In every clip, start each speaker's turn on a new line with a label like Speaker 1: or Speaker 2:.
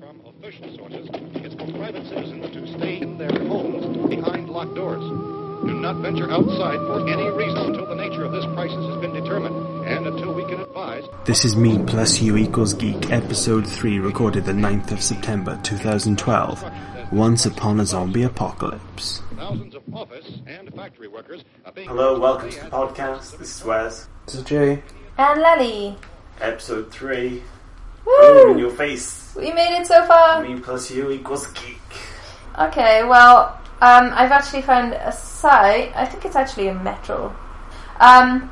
Speaker 1: from official sources, it's for private citizens to stay in their homes behind locked doors. Do not venture outside for any reason until the nature of this crisis has been determined and until we can advise.
Speaker 2: This is Me Plus You Equals Geek, Episode 3, recorded the 9th of September 2012. Once Upon a Zombie Apocalypse.
Speaker 1: Thousands of office and factory workers are being.
Speaker 3: Hello, welcome to the podcast. This is Wes.
Speaker 2: This is Jay.
Speaker 4: And Lally.
Speaker 3: Episode 3. Boom in
Speaker 4: Woo!
Speaker 3: your face.
Speaker 4: We made it so far.
Speaker 3: Me plus you equals geek.
Speaker 4: Okay, well, um, I've actually found a site. I think it's actually in Metro. Um,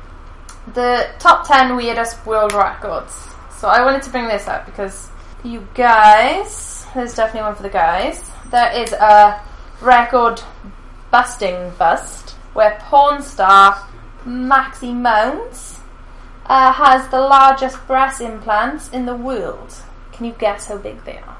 Speaker 4: the top 10 weirdest world records. So I wanted to bring this up because you guys, there's definitely one for the guys. There is a record busting bust where porn star Maxi Mounds uh, has the largest breast implants in the world. Can you guess how big they are?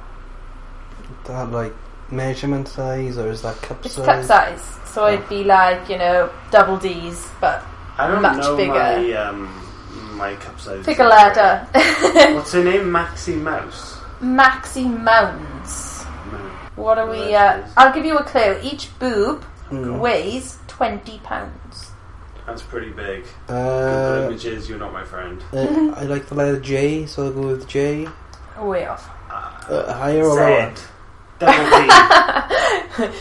Speaker 5: that like measurement size or is that cup
Speaker 4: It's
Speaker 5: size?
Speaker 4: cup size, so it'd be like you know double D's, but
Speaker 3: I don't
Speaker 4: Much
Speaker 3: know
Speaker 4: bigger.
Speaker 3: my um my cup size.
Speaker 4: pick a letter.
Speaker 3: What's her name? Maxie Mouse.
Speaker 4: Maxi mounds.
Speaker 3: No.
Speaker 4: What are we? Uh, I'll give you a clue. Each boob weighs twenty pounds.
Speaker 3: That's pretty big. Google
Speaker 5: Uh,
Speaker 3: images, you're not my friend.
Speaker 5: uh, I like the letter J, so I'll go with J.
Speaker 4: Way off.
Speaker 5: Uh, higher or lower?
Speaker 3: Zed. Double D.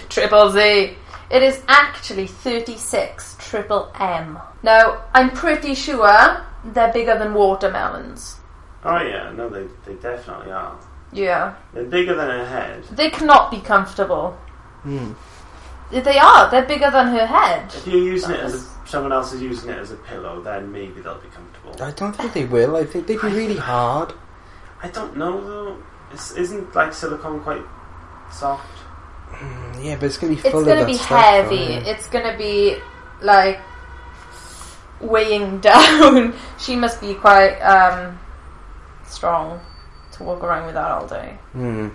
Speaker 4: Triple Z. It is actually thirty-six triple M. Now I'm pretty sure they're bigger than watermelons.
Speaker 3: Oh yeah, no, they, they definitely are.
Speaker 4: Yeah,
Speaker 3: They're bigger than her head.
Speaker 4: they cannot be comfortable.
Speaker 5: Hmm.
Speaker 4: They are. They're bigger than her head.
Speaker 3: If you're using it as a, someone else is using it as a pillow, then maybe they'll be comfortable.
Speaker 5: I don't think they will. I think they'd be really hard.
Speaker 3: I don't know though. It's, isn't like silicone quite soft?
Speaker 5: Yeah, but it's gonna be
Speaker 4: It's
Speaker 5: full
Speaker 4: gonna
Speaker 5: of that
Speaker 4: be
Speaker 5: stuff, oh,
Speaker 4: heavy.
Speaker 5: right?
Speaker 4: It's gonna be like weighing down. she must be quite um, strong to walk around with that all day.
Speaker 5: Hmm.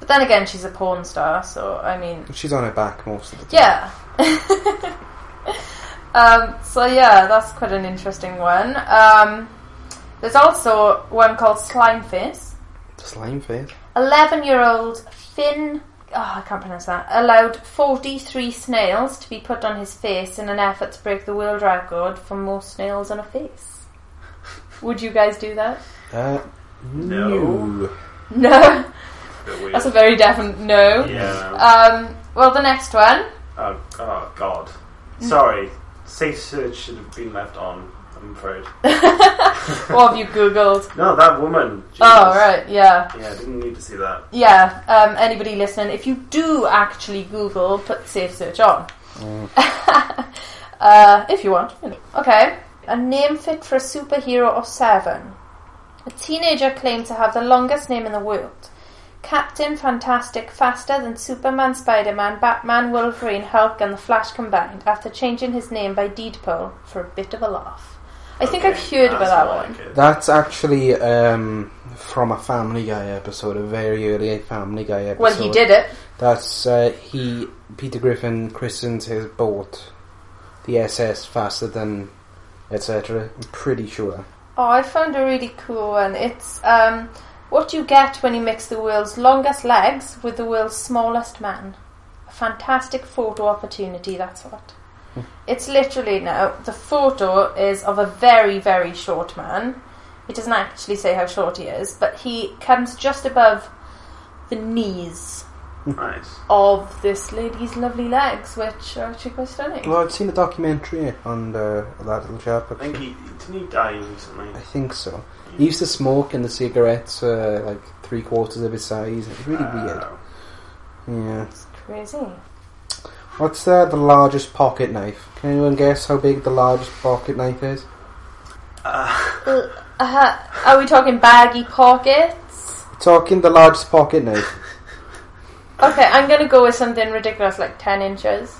Speaker 4: But then again, she's a porn star, so I mean,
Speaker 5: She's on her back most of the time.
Speaker 4: yeah. um, so yeah, that's quite an interesting one. Um, there's also one called Slime Face.
Speaker 5: Slime face.
Speaker 4: 11 year old Finn. Oh, I can't pronounce that. Allowed 43 snails to be put on his face in an effort to break the world record for most snails on a face. Would you guys do that?
Speaker 5: Uh,
Speaker 3: No.
Speaker 5: no.
Speaker 4: No.
Speaker 3: Bit weird.
Speaker 4: That's a very definite no.
Speaker 3: yeah.
Speaker 4: Um, well, the next one.
Speaker 3: Oh, oh God.
Speaker 4: Mm.
Speaker 3: Sorry. Safe search should have been left on, I'm afraid.
Speaker 4: What have you Googled?
Speaker 3: No, that woman. Jesus.
Speaker 4: Oh, right, yeah.
Speaker 3: Yeah, I didn't need to see that.
Speaker 4: Yeah, um, anybody listening, if you do actually Google, put safe search on.
Speaker 5: Mm.
Speaker 4: uh, if you want. you know. Okay. A name fit for a superhero or seven. A teenager claimed to have the longest name in the world. Captain Fantastic faster than Superman, Spider Man, Batman, Wolverine, Hulk, and the Flash combined after changing his name by deed poll for a bit of a laugh. I think
Speaker 3: Okay,
Speaker 4: I've heard about
Speaker 3: that's
Speaker 4: that
Speaker 3: more
Speaker 4: one.
Speaker 3: like it.
Speaker 5: That's actually um, from a Family Guy episode, a very early Family Guy episode.
Speaker 4: Well, he did it.
Speaker 5: That's uh, he. Peter Griffin christens his boat, the SS faster than, etc. I'm pretty sure.
Speaker 4: Oh, I found a really cool one. It's um, what you get when you mix the world's longest legs with the world's smallest man. A fantastic photo opportunity, that's what. It's literally now, the photo is of a very, very short man. It doesn't actually say how short he is, but he comes just above the knees
Speaker 3: Nice.
Speaker 4: of this lady's lovely legs, which are actually quite stunning.
Speaker 5: Well, I'd seen a documentary on uh, that little chap.
Speaker 3: I think he didn't he die recently.
Speaker 5: I think so. He used to smoke, and the cigarettes uh, like three quarters of his size. It was really
Speaker 3: Uh,
Speaker 5: weird. Yeah.
Speaker 4: It's crazy.
Speaker 5: What's uh, the largest pocket knife? Can anyone guess how big the largest pocket knife is?
Speaker 4: Uh, are we talking baggy pockets?
Speaker 5: Talking the largest pocket knife.
Speaker 4: Okay, I'm gonna go with something ridiculous like 10 inches.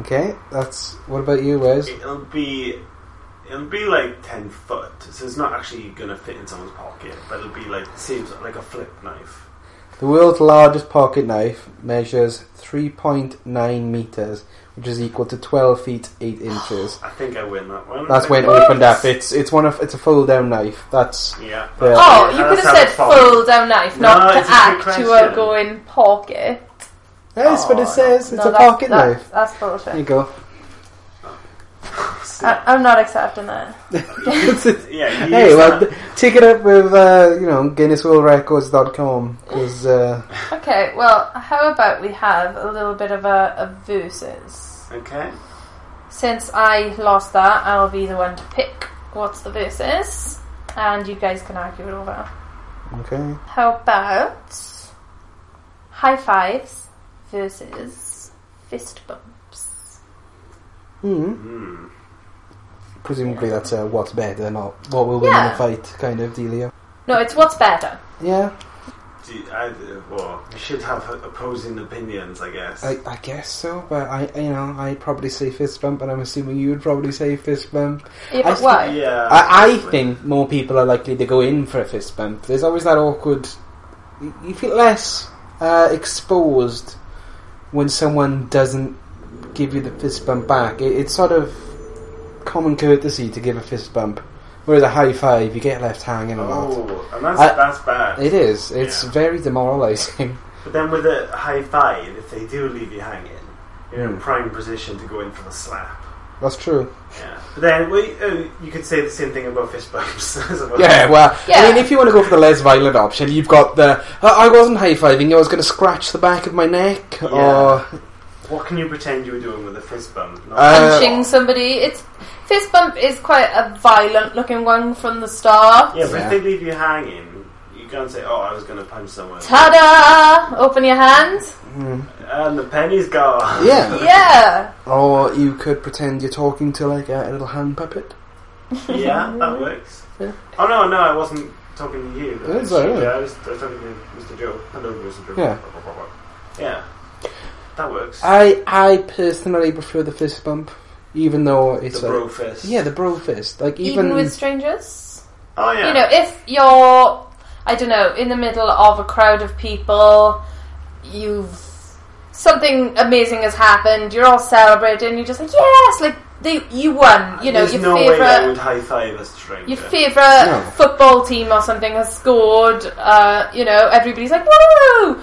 Speaker 5: Okay, that's. What about you, Wes?
Speaker 3: it'll be. It'll be like ten foot, so it's not actually gonna fit in someone's pocket, but it'll be like seems like a flip knife.
Speaker 5: The world's largest pocket knife measures 3.9 meters, which is equal to 12 feet 8 inches.
Speaker 3: I think I win that one.
Speaker 5: That's when it opened up. It's it's one of it's a fold down knife. That's
Speaker 3: Yeah.
Speaker 5: Yeah.
Speaker 4: Oh,
Speaker 3: Yeah,
Speaker 4: you could
Speaker 3: that's
Speaker 4: have said
Speaker 3: how it
Speaker 4: full down knife, not
Speaker 3: No,
Speaker 4: to
Speaker 3: it's a good
Speaker 4: actual
Speaker 3: question.
Speaker 4: going pocket.
Speaker 5: that's what
Speaker 3: Oh,
Speaker 5: it says. It's
Speaker 4: No,
Speaker 5: a
Speaker 4: that's-
Speaker 5: pocket
Speaker 4: that's,
Speaker 5: knife.
Speaker 4: That's
Speaker 5: There you
Speaker 4: bullshit.
Speaker 5: go.
Speaker 3: falls.
Speaker 4: I, I'm not accepting that.
Speaker 3: Yeah, you
Speaker 5: hey,
Speaker 3: use
Speaker 5: well,
Speaker 3: that.
Speaker 5: th- take it up with uh, you know GuinnessWorldRecords.com because uh,
Speaker 4: Okay, well, how about we have a little bit of a, a versus?
Speaker 3: Okay.
Speaker 4: Since I lost that, I'll be the one to pick what's the versus, and you guys can argue it over.
Speaker 5: okay.
Speaker 4: How about high fives versus fist bumps?
Speaker 5: Hmm.
Speaker 3: Hmm.
Speaker 5: Presumably that's uh, what's better, not what will
Speaker 4: Yeah.
Speaker 5: win in a fight kind of dealio.
Speaker 4: No, it's what's better.
Speaker 5: Yeah,
Speaker 3: Do you- I, well, we should have opposing opinions, I guess.
Speaker 5: I, I guess so, but I you know I probably say fist bump, and I'm assuming you would probably say fist bump.
Speaker 4: Yeah,
Speaker 5: I
Speaker 4: but
Speaker 5: still-
Speaker 4: why?
Speaker 3: yeah.
Speaker 5: I, I
Speaker 3: probably.
Speaker 5: think more people are likely to go in for a fist bump. There's always that awkward. you- You feel less uh, exposed when someone doesn't give you the fist bump back. It, it's sort of common courtesy to give a fist bump, whereas a high five you get left hanging a lot.
Speaker 3: Oh, and that's
Speaker 5: I-
Speaker 3: that's bad.
Speaker 5: It is. It's
Speaker 3: Yeah.
Speaker 5: very demoralising.
Speaker 3: But then with a high five, if they do leave you hanging, you're in
Speaker 5: Mm.
Speaker 3: prime position to go in for the slap.
Speaker 5: That's true.
Speaker 3: Yeah. But then well, you- uh, you could say the same thing about fist bumps. I suppose.
Speaker 5: Yeah, well, I
Speaker 4: Yeah.
Speaker 5: mean, if you want to go for the less violent option, you've got the "Uh, I wasn't high fiving, I was going to scratch the back of my neck,
Speaker 3: Yeah.
Speaker 5: or
Speaker 3: What can you pretend you were doing with a fist bump? Not-
Speaker 5: Uh,
Speaker 4: Punching somebody. It's fist bump is quite a violent looking one from the start.
Speaker 3: yeah, but
Speaker 5: Yeah.
Speaker 3: if they leave you hanging, you can't say, "Oh, I was going to punch someone."
Speaker 4: Ta-da! Open your hand.
Speaker 3: And the penny's gone.
Speaker 5: yeah,
Speaker 4: Yeah.
Speaker 5: Or you could pretend you're talking to like a, a little hand puppet.
Speaker 3: Yeah, that works.
Speaker 5: Yeah.
Speaker 3: Oh no, no, I wasn't talking to you.
Speaker 5: That's all right.
Speaker 3: Yeah, I was, I was talking to Mr. Joe. Hello, Mr. Joe.
Speaker 5: Yeah. Uh,
Speaker 3: Yeah, that works.
Speaker 5: I I personally prefer the fist bump, even though it's
Speaker 3: the
Speaker 5: like
Speaker 3: bro fist.
Speaker 5: yeah the bro fist. Like
Speaker 4: Even,
Speaker 5: even,
Speaker 4: with strangers.
Speaker 3: Oh yeah.
Speaker 4: You know, if you're, I don't know, in the middle of a crowd of people, you've something amazing has happened. You're all celebrating. You're just like, yes, like they, you won. You know,
Speaker 3: There's
Speaker 4: your
Speaker 3: no way I would
Speaker 4: favorite.
Speaker 3: high five a stranger.
Speaker 4: Your favourite
Speaker 5: No.
Speaker 4: football team or something has scored, uh, you know, everybody's like, woo!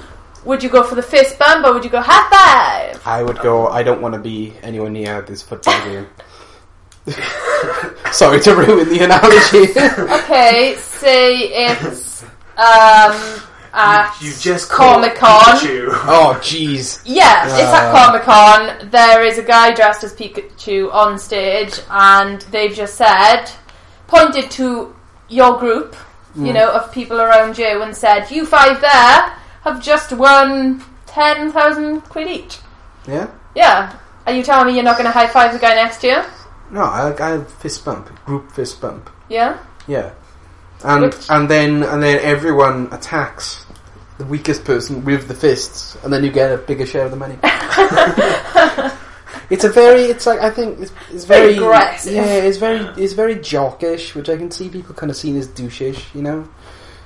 Speaker 4: Would you go for the fist bump or would you go high five?
Speaker 5: I would go. I don't want to be anywhere near this football game. Sorry to ruin the analogy.
Speaker 4: Okay, say it's um at
Speaker 3: you just
Speaker 4: Comic Con.
Speaker 3: Pikachu.
Speaker 5: oh jeez.
Speaker 4: Yeah, it's at Comic
Speaker 5: Uh.
Speaker 4: Con. There is a guy dressed as Pikachu on stage, and they've just said, pointed to your group, you
Speaker 3: Mm.
Speaker 4: know, of people around you, and said, "You five there have just won ten thousand quid each."
Speaker 5: Yeah.
Speaker 4: Yeah, are you telling me you're not going to high five the guy next to you?
Speaker 5: No, I, I have fist bump. Group fist bump.
Speaker 4: Yeah.
Speaker 5: Yeah. And
Speaker 4: Which-
Speaker 5: and then and then everyone attacks the weakest person with the fists, and then you get a bigger share of the money. it's a very, it's like I think it's, it's very,
Speaker 4: Very aggressive.
Speaker 5: yeah, it's very, it's very jockish, which I can see people kind of seeing as douchish, you know,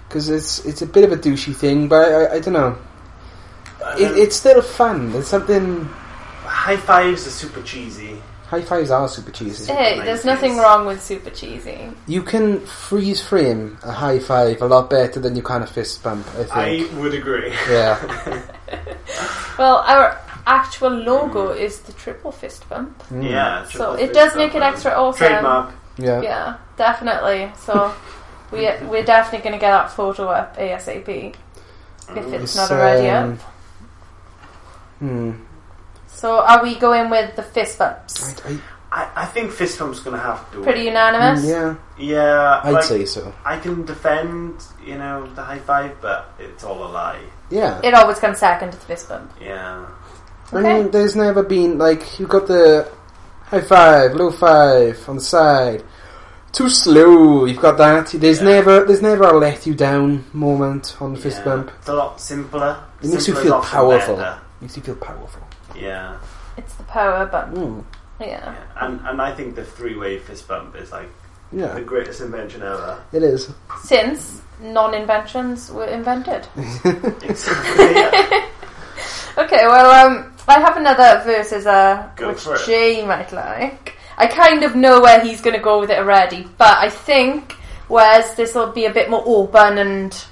Speaker 5: because it's it's a bit of a douchey thing, but I, I, I don't know.
Speaker 3: Uh-huh.
Speaker 5: It, it's still fun. It's something.
Speaker 3: high fives are super cheesy.
Speaker 5: High fives are super cheesy.
Speaker 4: Hey, there's nothing wrong with super cheesy.
Speaker 5: You can freeze frame a high five a lot better than you can a fist bump. I think.
Speaker 3: I would agree.
Speaker 5: Yeah.
Speaker 4: Well, our actual logo is the triple fist bump.
Speaker 5: Mm.
Speaker 3: yeah.
Speaker 4: So
Speaker 3: Mm. triple
Speaker 4: it
Speaker 3: fist
Speaker 4: does
Speaker 3: bump,
Speaker 4: make it
Speaker 3: man.
Speaker 4: extra awesome.
Speaker 3: Trademark.
Speaker 5: Yeah.
Speaker 4: Yeah, definitely. So we we're definitely going to get that photo up ASAP if
Speaker 3: Mm.
Speaker 4: it's not already
Speaker 5: um,
Speaker 4: up.
Speaker 5: Hmm.
Speaker 4: So are we going with the fist bumps?
Speaker 5: I,
Speaker 3: I, I think fist bump's gonna have to.
Speaker 4: Pretty
Speaker 5: I,
Speaker 4: unanimous.
Speaker 5: mm, yeah,
Speaker 3: Yeah.
Speaker 5: I'd
Speaker 3: like,
Speaker 5: say so.
Speaker 3: I can defend, you know, the high five, but it's all a lie.
Speaker 5: Yeah.
Speaker 4: It always comes second to the fist bump.
Speaker 3: Yeah.
Speaker 5: I mean, there's never been, like, you got the high five, low five on the side. Too slow. You've got that. There's
Speaker 3: Yeah.
Speaker 5: never, there's never a let you down moment on the fist
Speaker 3: Yeah.
Speaker 5: bump.
Speaker 3: It's a lot simpler.
Speaker 5: It makes you
Speaker 3: Simpler is
Speaker 5: feel
Speaker 3: often
Speaker 5: powerful.
Speaker 3: better.
Speaker 5: Makes you feel powerful.
Speaker 3: Yeah.
Speaker 4: It's the power bump.
Speaker 5: Mm.
Speaker 4: Yeah.
Speaker 3: yeah. And and I think the three way fist bump is like
Speaker 5: Yeah,
Speaker 3: The greatest invention ever.
Speaker 5: it is.
Speaker 4: Since non inventions were invented.
Speaker 3: Exactly. yeah.
Speaker 4: Okay, well, um, I have another versus uh,
Speaker 3: Go
Speaker 4: which
Speaker 3: for it.
Speaker 4: Jay might like. I kind of know where he's going to go with it already, but I think whereas this will be a bit more open and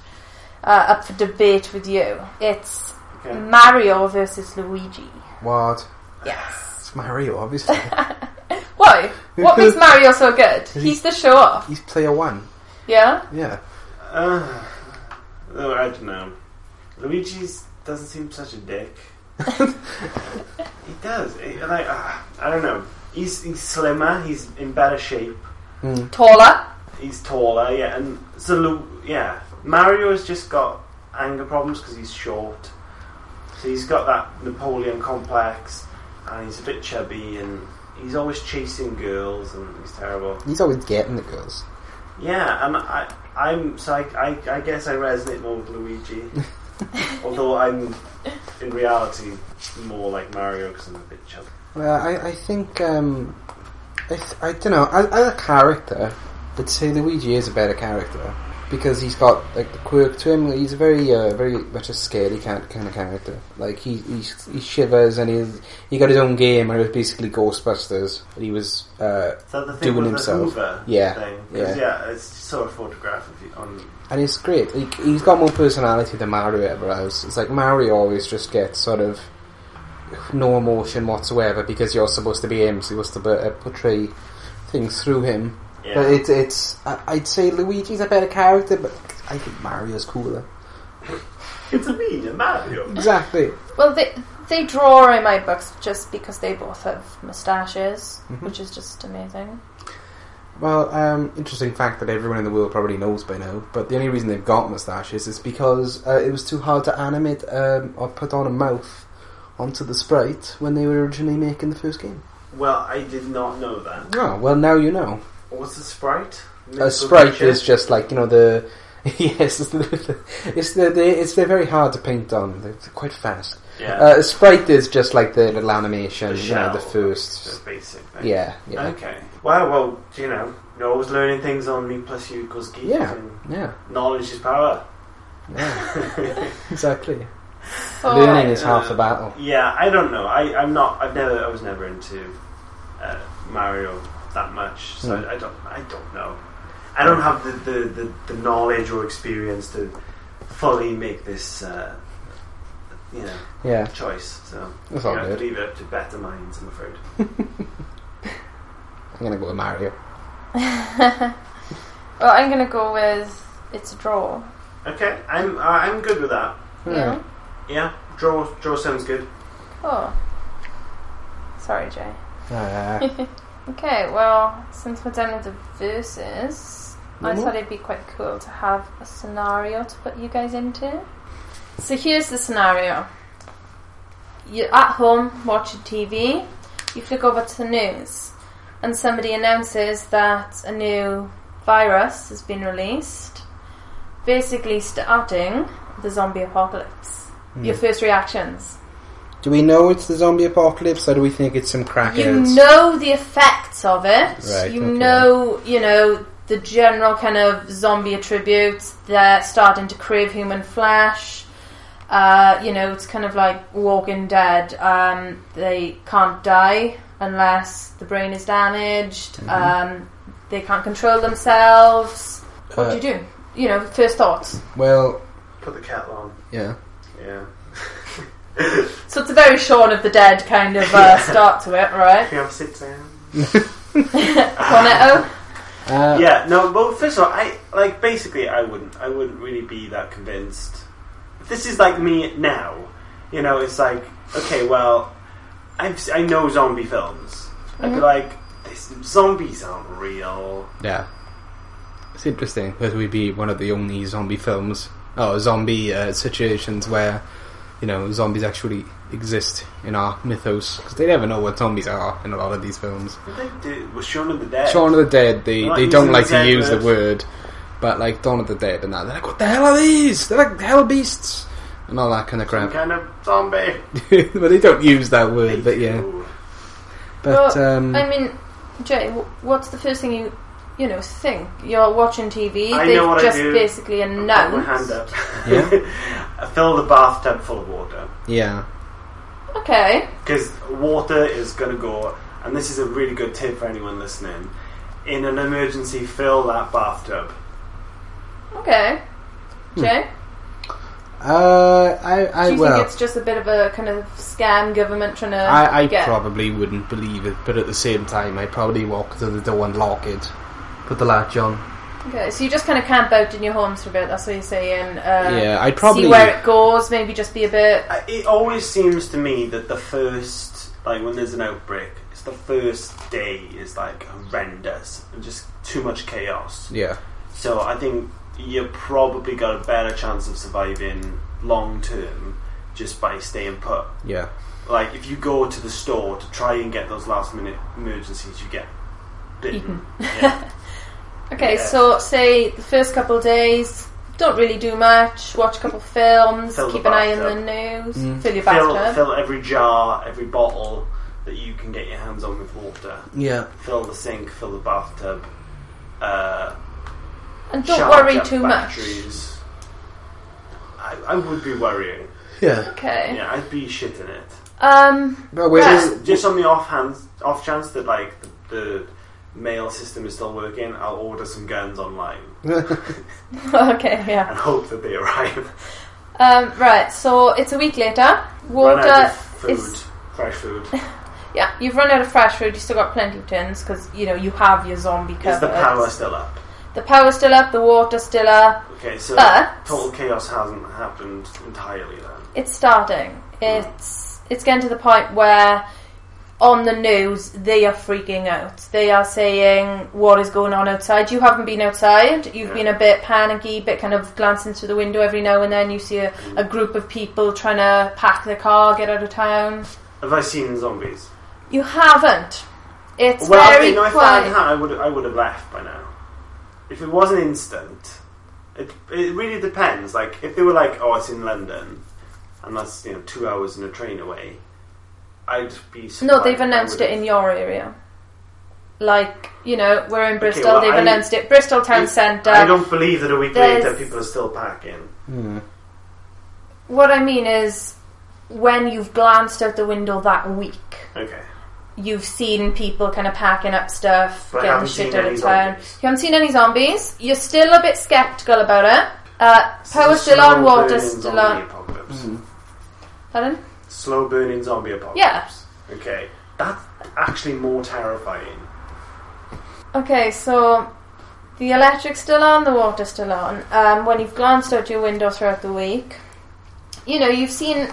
Speaker 4: uh, up for debate with you, it's
Speaker 3: Okay.
Speaker 4: Mario versus Luigi.
Speaker 5: What?
Speaker 4: Yes.
Speaker 5: It's Mario, obviously.
Speaker 4: Why? What makes Mario so good? He's the show off.
Speaker 5: He's player one.
Speaker 4: Yeah.
Speaker 5: Yeah.
Speaker 3: Uh, no, I don't know. Luigi's doesn't seem such a dick. he does. He- like, uh, I don't know. He's, he's slimmer. He's in better shape.
Speaker 5: Mm.
Speaker 4: Taller.
Speaker 3: He's taller. Yeah, and so Lu- yeah, Mario's just got anger problems because he's short. So he's got that Napoleon complex, and he's a bit chubby, and he's always chasing girls, and he's terrible.
Speaker 5: He's always getting the girls.
Speaker 3: Yeah, and I, I'm so I, I, I guess I resonate more with Luigi, although I'm in reality more like Mario because I'm a bit chubby.
Speaker 5: Well, I, I think um, I, th- I don't know. As, as a character, I'd say Luigi is a better character because he's got like the quirk to him. He's a very, uh, very much a scary kind kind of character. Like he he, he shivers and he's he got his own game and it was basically Ghostbusters. And he was uh,
Speaker 3: Is that the thing
Speaker 5: Doing
Speaker 3: with
Speaker 5: himself.
Speaker 3: the Hoover
Speaker 5: Yeah,
Speaker 3: thing? 'Cause,
Speaker 5: yeah.
Speaker 3: yeah, it's sort of photograph of you on.
Speaker 5: and it's great. He, he's got more personality than Mario ever has. It's like Mario always just gets sort of no emotion whatsoever because you're supposed to be him, so you're supposed to uh, portray things through him.
Speaker 3: Yeah,
Speaker 5: But it's it's I- I'd say Luigi's a better character, but I think Mario's cooler.
Speaker 3: it's a me, a Mario.
Speaker 5: Exactly.
Speaker 4: Well, they they draw in my books just because they both have mustaches,
Speaker 5: Mhm.
Speaker 4: which is just amazing.
Speaker 5: Well, um, interesting fact that everyone in the world probably knows by now, but the only reason they've got moustaches is because uh, it was too hard to animate um, or put on a mouth onto the sprite when they were originally making the first game.
Speaker 3: Well, I did not know that.
Speaker 5: Oh, well, now you know.
Speaker 3: What's a sprite?
Speaker 5: A sprite is just like you know the yes, it's the, it's the they, it's they're very hard to paint on. They're quite fast.
Speaker 3: yeah,
Speaker 5: Uh, a sprite is just like the little animation,
Speaker 3: The
Speaker 5: you know, the
Speaker 3: shell.
Speaker 5: first
Speaker 3: just basic. Thing.
Speaker 5: Yeah, yeah,
Speaker 3: Okay. Wow. Well, you know, you're always learning things on me plus you equals geek.
Speaker 5: Yeah.
Speaker 3: And
Speaker 5: yeah,
Speaker 3: knowledge is power.
Speaker 5: yeah. exactly.
Speaker 4: Oh,
Speaker 5: Learning is half the battle.
Speaker 3: Yeah, I don't know. I, I'm not. I've never. I was never into uh, Mario that much, so
Speaker 5: Hmm.
Speaker 3: I, I don't. I don't know. I don't have the, the, the, the knowledge or experience to fully make this, uh, you know,
Speaker 5: Yeah,
Speaker 3: choice. So
Speaker 5: that's
Speaker 3: I
Speaker 5: all
Speaker 3: have to
Speaker 5: good.
Speaker 3: leave it up to better minds. I'm afraid.
Speaker 5: I'm gonna go with Mario.
Speaker 4: Well, I'm gonna go with it's a draw.
Speaker 3: Okay, I'm uh, I'm good with that.
Speaker 4: Yeah.
Speaker 3: Yeah, draw draw sounds good.
Speaker 4: Oh. Sorry, Jay.
Speaker 5: Uh,
Speaker 4: Okay, well, since we're done with the verses, I
Speaker 5: Mhm.
Speaker 4: thought it'd be quite cool to have a scenario to put you guys into. So here's the scenario You're at home watching TV, you flick over to the news, and somebody announces that a new virus has been released, basically starting the zombie apocalypse. Your first reactions.
Speaker 5: do we know it's the zombie apocalypse, or do we think it's some crackheads?
Speaker 4: you know the effects of it.
Speaker 5: Right,
Speaker 4: you
Speaker 5: okay.
Speaker 4: know, you know the general kind of zombie attributes. They're starting to crave human flesh. Uh, you know, it's kind of like Walking Dead. Um, they can't die unless the brain is damaged.
Speaker 5: Mm-hmm.
Speaker 4: Um, they can't control themselves. What
Speaker 5: Uh,
Speaker 4: do you do? You know, first thoughts.
Speaker 5: Well,
Speaker 3: Put the kettle on.
Speaker 5: yeah.
Speaker 3: Yeah.
Speaker 4: So it's a very Shaun of the Dead kind of uh, start to it, right?
Speaker 3: Can you have six a.m.?
Speaker 4: Cornetto.
Speaker 5: Uh,
Speaker 3: yeah, no. Well, first of all, I like basically I wouldn't I wouldn't really be that convinced. If this is like me now, you know, it's like okay, well, I've s- I know zombie films. I'd
Speaker 5: Mm-hmm.
Speaker 3: be like, this, zombies aren't real.
Speaker 5: yeah. It's interesting because we'd be one of the only zombie films, oh, zombie uh, situations where you know zombies actually exist in our mythos because they never know what zombies are in a lot of these films.
Speaker 3: Did they do was Shaun of the Dead?
Speaker 5: Shaun of the Dead, they,
Speaker 3: They're not
Speaker 5: they
Speaker 3: using
Speaker 5: don't like
Speaker 3: the
Speaker 5: to
Speaker 3: Z
Speaker 5: use the
Speaker 3: word.
Speaker 5: word, but like Dawn of the Dead and that, they're like, what the hell are these? They're like hell beasts and all that kind of
Speaker 3: Some
Speaker 5: crap.
Speaker 3: kind of zombie.
Speaker 5: but they don't use that word,
Speaker 3: They
Speaker 5: but yeah.
Speaker 3: do.
Speaker 5: But
Speaker 4: Well,
Speaker 5: um,
Speaker 4: I mean, Jay, wh- what's the first thing you you know thing. You're watching TV.
Speaker 3: I
Speaker 4: They've
Speaker 3: know what I
Speaker 4: just
Speaker 3: do.
Speaker 4: basically
Speaker 3: Put my hand
Speaker 4: announced.
Speaker 3: up.
Speaker 5: Yeah.
Speaker 3: I fill the bathtub full of water
Speaker 5: Yeah.
Speaker 4: Okay.
Speaker 3: because water is going to go. And this is a really good tip for anyone listening. In an emergency, fill that bathtub.
Speaker 4: Okay. Jay,
Speaker 5: Uh, I, Hmm. I
Speaker 4: do you
Speaker 5: well,
Speaker 4: think it's just a bit of a kind of scam government trying to
Speaker 5: I, I
Speaker 4: get?
Speaker 5: probably wouldn't believe it, but at the same time, I probably walk to the door and lock it, put the latch on.
Speaker 4: Okay, so you just kind of camp out in your homes for a bit. That's what you're saying. Uh,
Speaker 5: yeah, I'd probably
Speaker 4: see where it goes. Maybe just be a bit.
Speaker 3: I- It always seems to me that the first, like when there's an outbreak, it's the first day is like horrendous and just too much chaos.
Speaker 5: yeah.
Speaker 3: So I think you probably got a better chance of surviving long term just by staying put.
Speaker 5: Yeah,
Speaker 3: Like if you go to the store to try and get those last minute emergencies, you get bitten. Yeah.
Speaker 4: Okay,
Speaker 3: Yeah.
Speaker 4: so say the first couple of days, don't really do much. Watch a couple of films.
Speaker 3: Fill the
Speaker 4: keep an eye on the
Speaker 3: bathtub.
Speaker 4: news.
Speaker 5: Mm.
Speaker 4: Fill your
Speaker 3: fill,
Speaker 4: bathtub.
Speaker 3: fill every jar, every bottle that you can get your hands on with water.
Speaker 5: yeah.
Speaker 3: Fill the sink, fill the bathtub. Uh,
Speaker 4: and don't
Speaker 3: charge
Speaker 4: worry
Speaker 3: up
Speaker 4: too much.
Speaker 3: batteries. I, I would be worrying.
Speaker 5: Yeah.
Speaker 4: Okay.
Speaker 3: Yeah, I'd be shitting it.
Speaker 4: Um.
Speaker 5: But where
Speaker 4: Yeah.
Speaker 5: is-
Speaker 3: Just on the off hand, off chance that like the, the mail system is still working, I'll order some guns online
Speaker 4: Okay. Yeah.
Speaker 3: and hope that they arrive.
Speaker 4: Um. Right. So it's a week later.
Speaker 3: Run out
Speaker 4: Water
Speaker 3: of food,
Speaker 4: is.
Speaker 3: fresh food.
Speaker 4: Yeah. You've run out of fresh food. You still got plenty of tins because you know you have your zombie covered.
Speaker 3: Is the power still up?
Speaker 4: The power's still up. The water's still up.
Speaker 3: Okay, so
Speaker 4: But-
Speaker 3: total chaos hasn't happened entirely then.
Speaker 4: it's starting. It's it's getting to the point where on the news they are freaking out. They are saying what is going on outside. You haven't been outside. You've
Speaker 3: Yeah.
Speaker 4: been a bit panicky, bit kind of glancing through the window every now and then. You see a, a group of people trying to pack their car, get out of town.
Speaker 3: Have I seen zombies?
Speaker 4: You haven't. It's
Speaker 3: well,
Speaker 4: very
Speaker 3: you know, if that had
Speaker 4: quiet.
Speaker 3: happened, I would I would have left by now. If it wasn't instant, it it really depends. Like if they were like, oh, it's in London, and that's you know two hours in a train away, I'd be.
Speaker 4: No,
Speaker 3: surprised.
Speaker 4: they've
Speaker 3: I
Speaker 4: announced it
Speaker 3: would've-
Speaker 4: in your area. Like you know, we're in Bristol.
Speaker 3: well,
Speaker 4: they've
Speaker 3: I-
Speaker 4: announced it. Bristol town centre.
Speaker 3: I don't believe that a week
Speaker 4: There's-
Speaker 3: later people are still packing.
Speaker 5: Hmm.
Speaker 4: What I mean is, when you've glanced out the window that week,
Speaker 3: Okay,
Speaker 4: you've seen people kind of packing up stuff,
Speaker 3: But I
Speaker 4: getting
Speaker 3: haven't
Speaker 4: shit
Speaker 3: seen
Speaker 4: out of
Speaker 3: any
Speaker 4: town.
Speaker 3: zombies.
Speaker 4: You haven't seen any zombies. You're still a bit skeptical about it. Uh, power's still
Speaker 3: Slow
Speaker 4: on,
Speaker 3: burning
Speaker 4: water's still
Speaker 3: zombie
Speaker 4: on.
Speaker 3: Apocalypse.
Speaker 4: Pardon?
Speaker 3: Slow burning zombie apocalypse.
Speaker 4: Yeah.
Speaker 3: Okay, that's actually more terrifying.
Speaker 4: Okay, so the electric's still on, the water's still on. Um, when you've glanced out your window throughout the week, you know, you've seen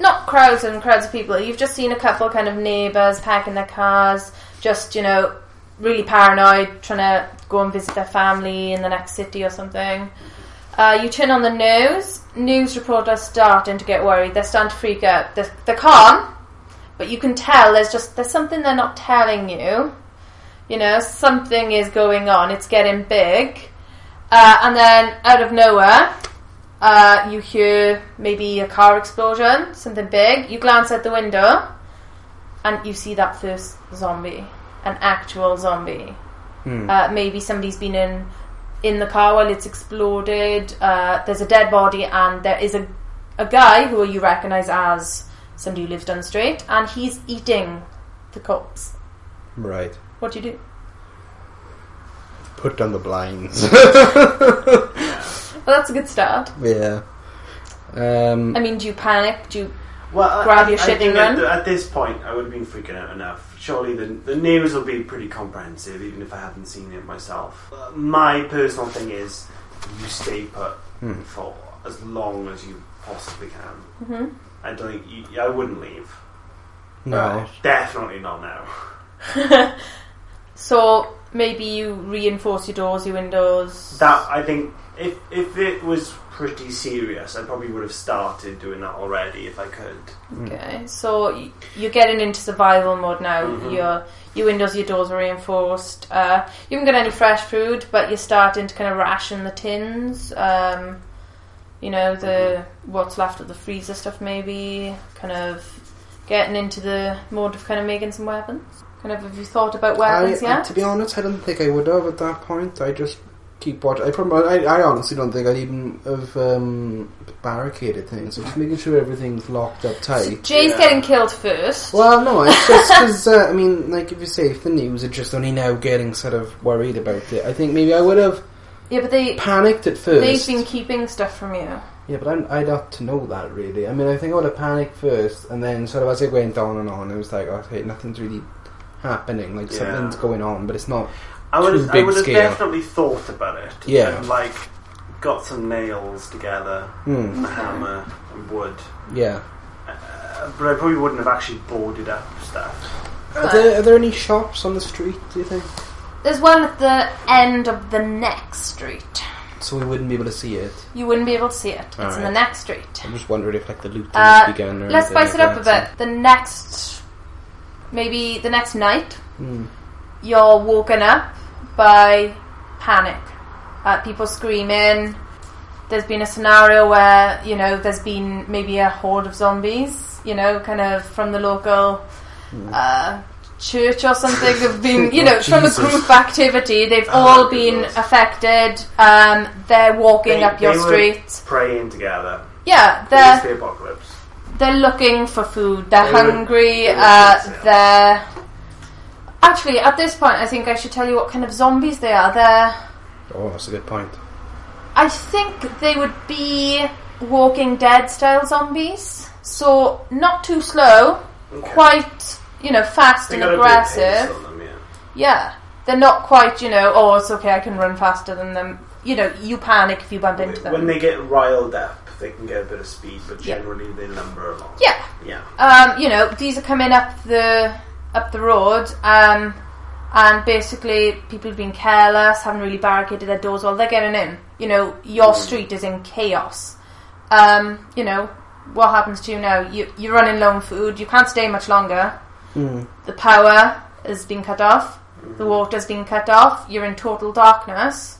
Speaker 4: not crowds and crowds of people, you've just seen a couple kind of neighbours packing their cars, just, you know, really paranoid, trying to go and visit their family in the next city or something. Uh, you turn on the news, news reporters starting to get worried, they're starting to freak out. They're, they're calm, but you can tell there's just there's something they're not telling you you know, something is going on. It's getting big. Uh, and then out of nowhere, uh, you hear maybe a car explosion, something big. You glance out the window and you see that first zombie, an actual zombie.
Speaker 5: Hmm.
Speaker 4: Uh, maybe somebody's been in in the car while it's exploded. Uh, there's a dead body, and there is a a guy who you recognise as somebody who lives down the street, and he's eating the corpse.
Speaker 5: Right.
Speaker 4: What do you do?
Speaker 5: Put down the blinds.
Speaker 4: Well, that's a good start.
Speaker 5: yeah. Um.
Speaker 4: I mean, do you panic? Do you...
Speaker 3: Well, I-
Speaker 4: Grab
Speaker 3: I,
Speaker 4: your shit
Speaker 3: I think
Speaker 4: and
Speaker 3: at,
Speaker 4: run.
Speaker 3: th- at this point, I would have been freaking out enough. Surely the, the news will be pretty comprehensive, even if I haven't seen it myself. Uh, My personal thing is you stay put
Speaker 5: Hmm.
Speaker 3: for as long as you possibly can.
Speaker 4: Mhm.
Speaker 3: I don't think you, I wouldn't leave.
Speaker 5: No.
Speaker 3: definitely not now.
Speaker 4: So maybe you reinforce your doors, your windows.
Speaker 3: That I think if if it was pretty serious, I probably would have started doing that already if I could.
Speaker 5: Hmm.
Speaker 4: Okay. So y- you're getting into survival mode now.
Speaker 3: Mhm.
Speaker 4: Your your windows, your doors are reinforced. Uh, you haven't got any fresh food, but you're starting to kind of ration the tins. Um, you know the
Speaker 3: Mm-hmm.
Speaker 4: what's left of the freezer stuff, maybe. Kind of getting into the mode of kind of making some weapons. Kind of, have you thought about weapons
Speaker 5: I,
Speaker 4: yet?
Speaker 5: To be honest, I don't think I would have at that point. I just keep watching. I, probably, I, I honestly don't think I'd even have um, barricaded things. I'm just making sure everything's locked up tight.
Speaker 4: Jay's
Speaker 3: Yeah.
Speaker 4: getting killed first.
Speaker 5: Well, no, it's just because, uh, I mean, like, if you say if the news are just only now getting sort of worried about it, I think maybe I would have
Speaker 4: yeah, but they
Speaker 5: panicked at
Speaker 4: they've
Speaker 5: first.
Speaker 4: been keeping stuff from you.
Speaker 5: Yeah, but I'm, I'd have to know that, really. I mean, I think I would have panicked first, and then sort of as it went on and on, it was like, okay, nothing's really happening. Like,
Speaker 3: Yeah.
Speaker 5: something's going on, but it's not.
Speaker 3: I would
Speaker 5: Too
Speaker 3: have, I
Speaker 5: big
Speaker 3: would have
Speaker 5: scale.
Speaker 3: definitely thought about it.
Speaker 5: Yeah.
Speaker 3: And like got some nails together,
Speaker 5: Hmm,
Speaker 3: a hammer, and wood.
Speaker 5: yeah.
Speaker 3: Uh, but I probably wouldn't have actually boarded up stuff.
Speaker 5: Are there, are there any shops on the street, do you think?
Speaker 4: There's one at the end of the next street.
Speaker 5: So we wouldn't be able to see it.
Speaker 4: You wouldn't be able to see it. It's in the
Speaker 5: Alright.
Speaker 4: next street.
Speaker 5: I'm just wondering if, like, the loot
Speaker 4: Uh,
Speaker 5: things began or
Speaker 4: Let's
Speaker 5: anything
Speaker 4: spice it
Speaker 5: like
Speaker 4: up a
Speaker 5: that,
Speaker 4: bit. The next, maybe the next night,
Speaker 5: so- Hmm.
Speaker 4: you're woken up by panic. Uh, people screaming. There's been a scenario where, you know, there's been maybe a horde of zombies, you know, kind of from the local uh, church or something. They've been, you know,
Speaker 5: Oh,
Speaker 4: from a
Speaker 5: Jesus.
Speaker 4: group activity. They've
Speaker 3: Oh,
Speaker 4: all been
Speaker 3: goodness.
Speaker 4: affected. Um, they're walking
Speaker 3: They-
Speaker 4: up your
Speaker 3: they were-
Speaker 4: street.
Speaker 3: Praying together.
Speaker 4: Yeah,
Speaker 3: It's
Speaker 4: they're,
Speaker 3: the apocalypse.
Speaker 4: they're looking for food. They're
Speaker 3: They were-
Speaker 4: hungry.
Speaker 3: they were
Speaker 4: uh,
Speaker 3: insane.
Speaker 4: they're actually at this point. I think I should tell you what kind of zombies they are. They're.
Speaker 5: Oh, that's a good point.
Speaker 4: I think they would be Walking Dead style zombies. So not too slow,
Speaker 3: Okay.
Speaker 4: quite you know fast
Speaker 3: They
Speaker 4: and
Speaker 3: got a good pace
Speaker 4: aggressive.
Speaker 3: on them, yeah.
Speaker 4: Yeah, they're not quite you know. Oh, it's okay. I can run faster than them. You know, you panic if you bump into them.
Speaker 3: When they get riled up, they can get a bit of speed, but
Speaker 4: Yeah.
Speaker 3: generally they lumber along.
Speaker 4: yeah.
Speaker 3: Yeah.
Speaker 4: um, you know, these are coming up the up the road, um, and basically people have been careless, haven't really barricaded their doors while they're getting in. You know, your street is in chaos. Um, you know, what happens to you now? You, you're running low on food. You can't stay much longer.
Speaker 5: Hmm.
Speaker 4: The power has been cut off. The water's been cut off. You're in total darkness.